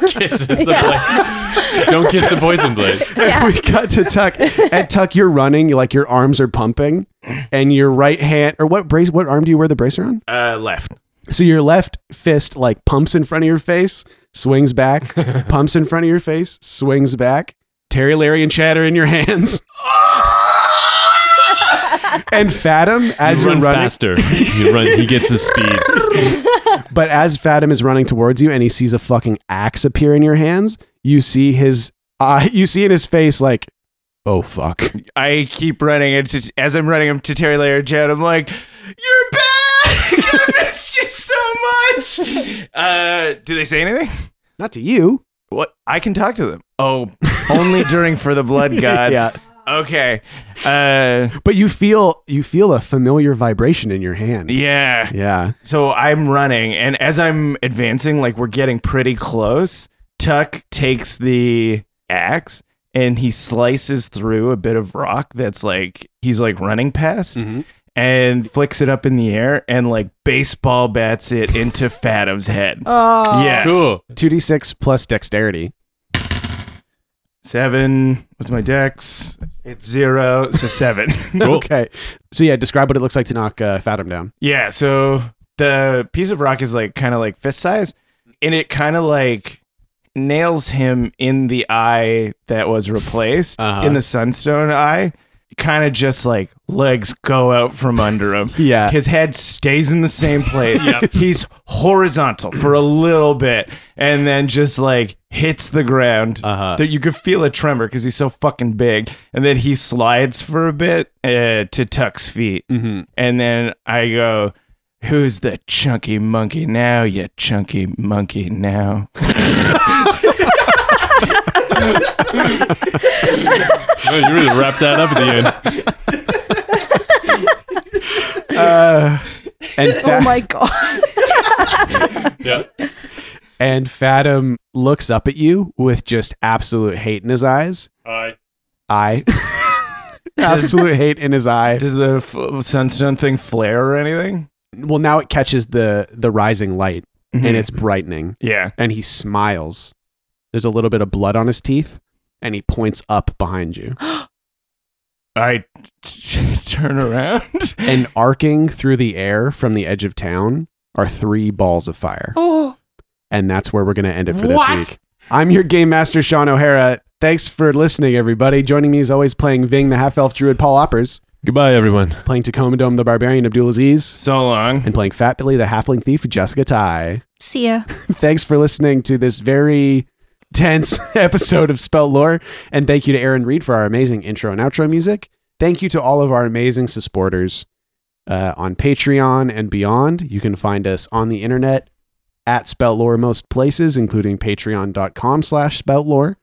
Kisses the blade. Don't kiss the poison blade. Yeah. we got to Tuck. At Tuck, you're running, like your arms are pumping, and your right hand or what brace? What arm do you wear the bracer on? Uh, left. So your left fist like pumps in front of your face, swings back, pumps in front of your face, swings back. Terry, Larry, and Chad are in your hands. and Fathom, as you you are run running, faster. You run. He gets his speed. but as Fathom is running towards you, and he sees a fucking axe appear in your hands, you see his, uh, you see in his face like, oh fuck. I keep running, and just, as I'm running, I'm to Terry Layer Jet. I'm like, "You're back! I missed you so much." Uh, do they say anything? Not to you. What? I can talk to them. Oh, only during for the blood god. yeah. Okay. Uh, But you feel you feel a familiar vibration in your hand. yeah. Yeah. So I'm running, and as I'm advancing, like we're getting pretty close. Tuck takes the axe and he slices through a bit of rock that's like he's like running past Mm-hmm. and flicks it up in the air and like baseball bats it into Fathom's head. Oh yeah. Cool. 2d6 plus dexterity. Seven. What's my dex? It's zero. So seven. Cool. Okay. So yeah, describe what it looks like to knock uh, Fathom down. Yeah, so the piece of rock is like kind of like fist size, and it kind of like nails him in the eye that was replaced Uh-huh. in the sunstone eye. Kind of just like legs go out from under him. Yeah. His head stays in the same place. He's horizontal for a little bit and then just like hits the ground. Uh-huh. That you could feel a tremor because he's so fucking big. And then he slides for a bit uh, to Tuck's feet. Mm-hmm. And then I go, Who's the chunky monkey now, you chunky monkey now? Oh, you really wrapped that up at the end. Uh, and, Oh Fa- my god. Yeah. and Fathom looks up at you with just absolute hate in his eyes. Hi. Eye. absolute hate in his eye. Does the f- sunstone thing flare or anything? well, now it catches the the rising light Mm-hmm. and it's brightening. Mm-hmm. yeah. And he smiles. There's a little bit of blood on his teeth, and he points up behind you. I t- turn around. and arcing through the air from the edge of town are three balls of fire. Oh. And that's where we're going to end it for this What? week. I'm your game master, Sean O'Hara. Thanks for listening, everybody. Joining me is always playing Ving, the half elf druid, Paul Oppers, Goodbye, everyone. playing Tacoma Dome, the barbarian, Abdulaziz, so long. and playing Fat Billy, the halfling thief, Jessica Ty. See ya. Thanks for listening to this very tense episode of Spelt Lore. And thank you to Aaron Reed for our amazing intro and outro music. Thank you to all of our amazing supporters uh, on Patreon and beyond. You can find us on the internet at Spelt Lore most places, including patreon.com slash Spelt Lore.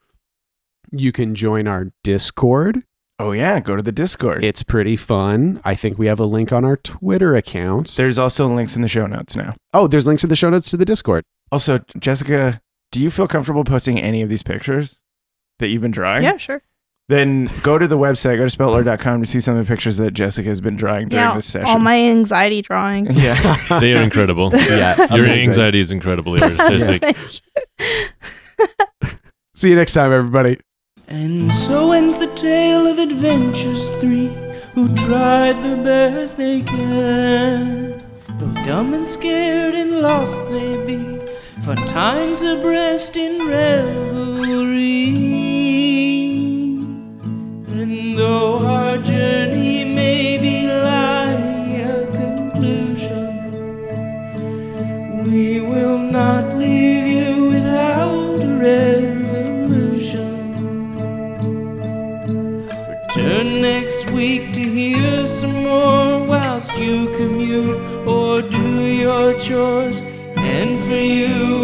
You can join our Discord. Oh yeah, go to the Discord. It's pretty fun. I think we have a link on our Twitter account. There's also links in the show notes now. Oh, there's links in the show notes to the Discord. Also, Jessica, do you feel comfortable posting any of these pictures that you've been drawing? Yeah, sure. Then go to the website, go to speltlore.com to see some of the pictures that Jessica has been drawing during Yeah, this session. all my anxiety drawings. yeah. They are incredible. Yeah. Your Amazing. anxiety is incredible. It's just like, Thank you. See you next time, everybody. And so ends the tale of adventures three who tried the best they can. Though dumb and scared and lost they be, for time's abreast in revelry. And though our journey may be lie a conclusion, we will not leave you without a resolution. Return next week to hear some more whilst you commute or do your chores. And for you,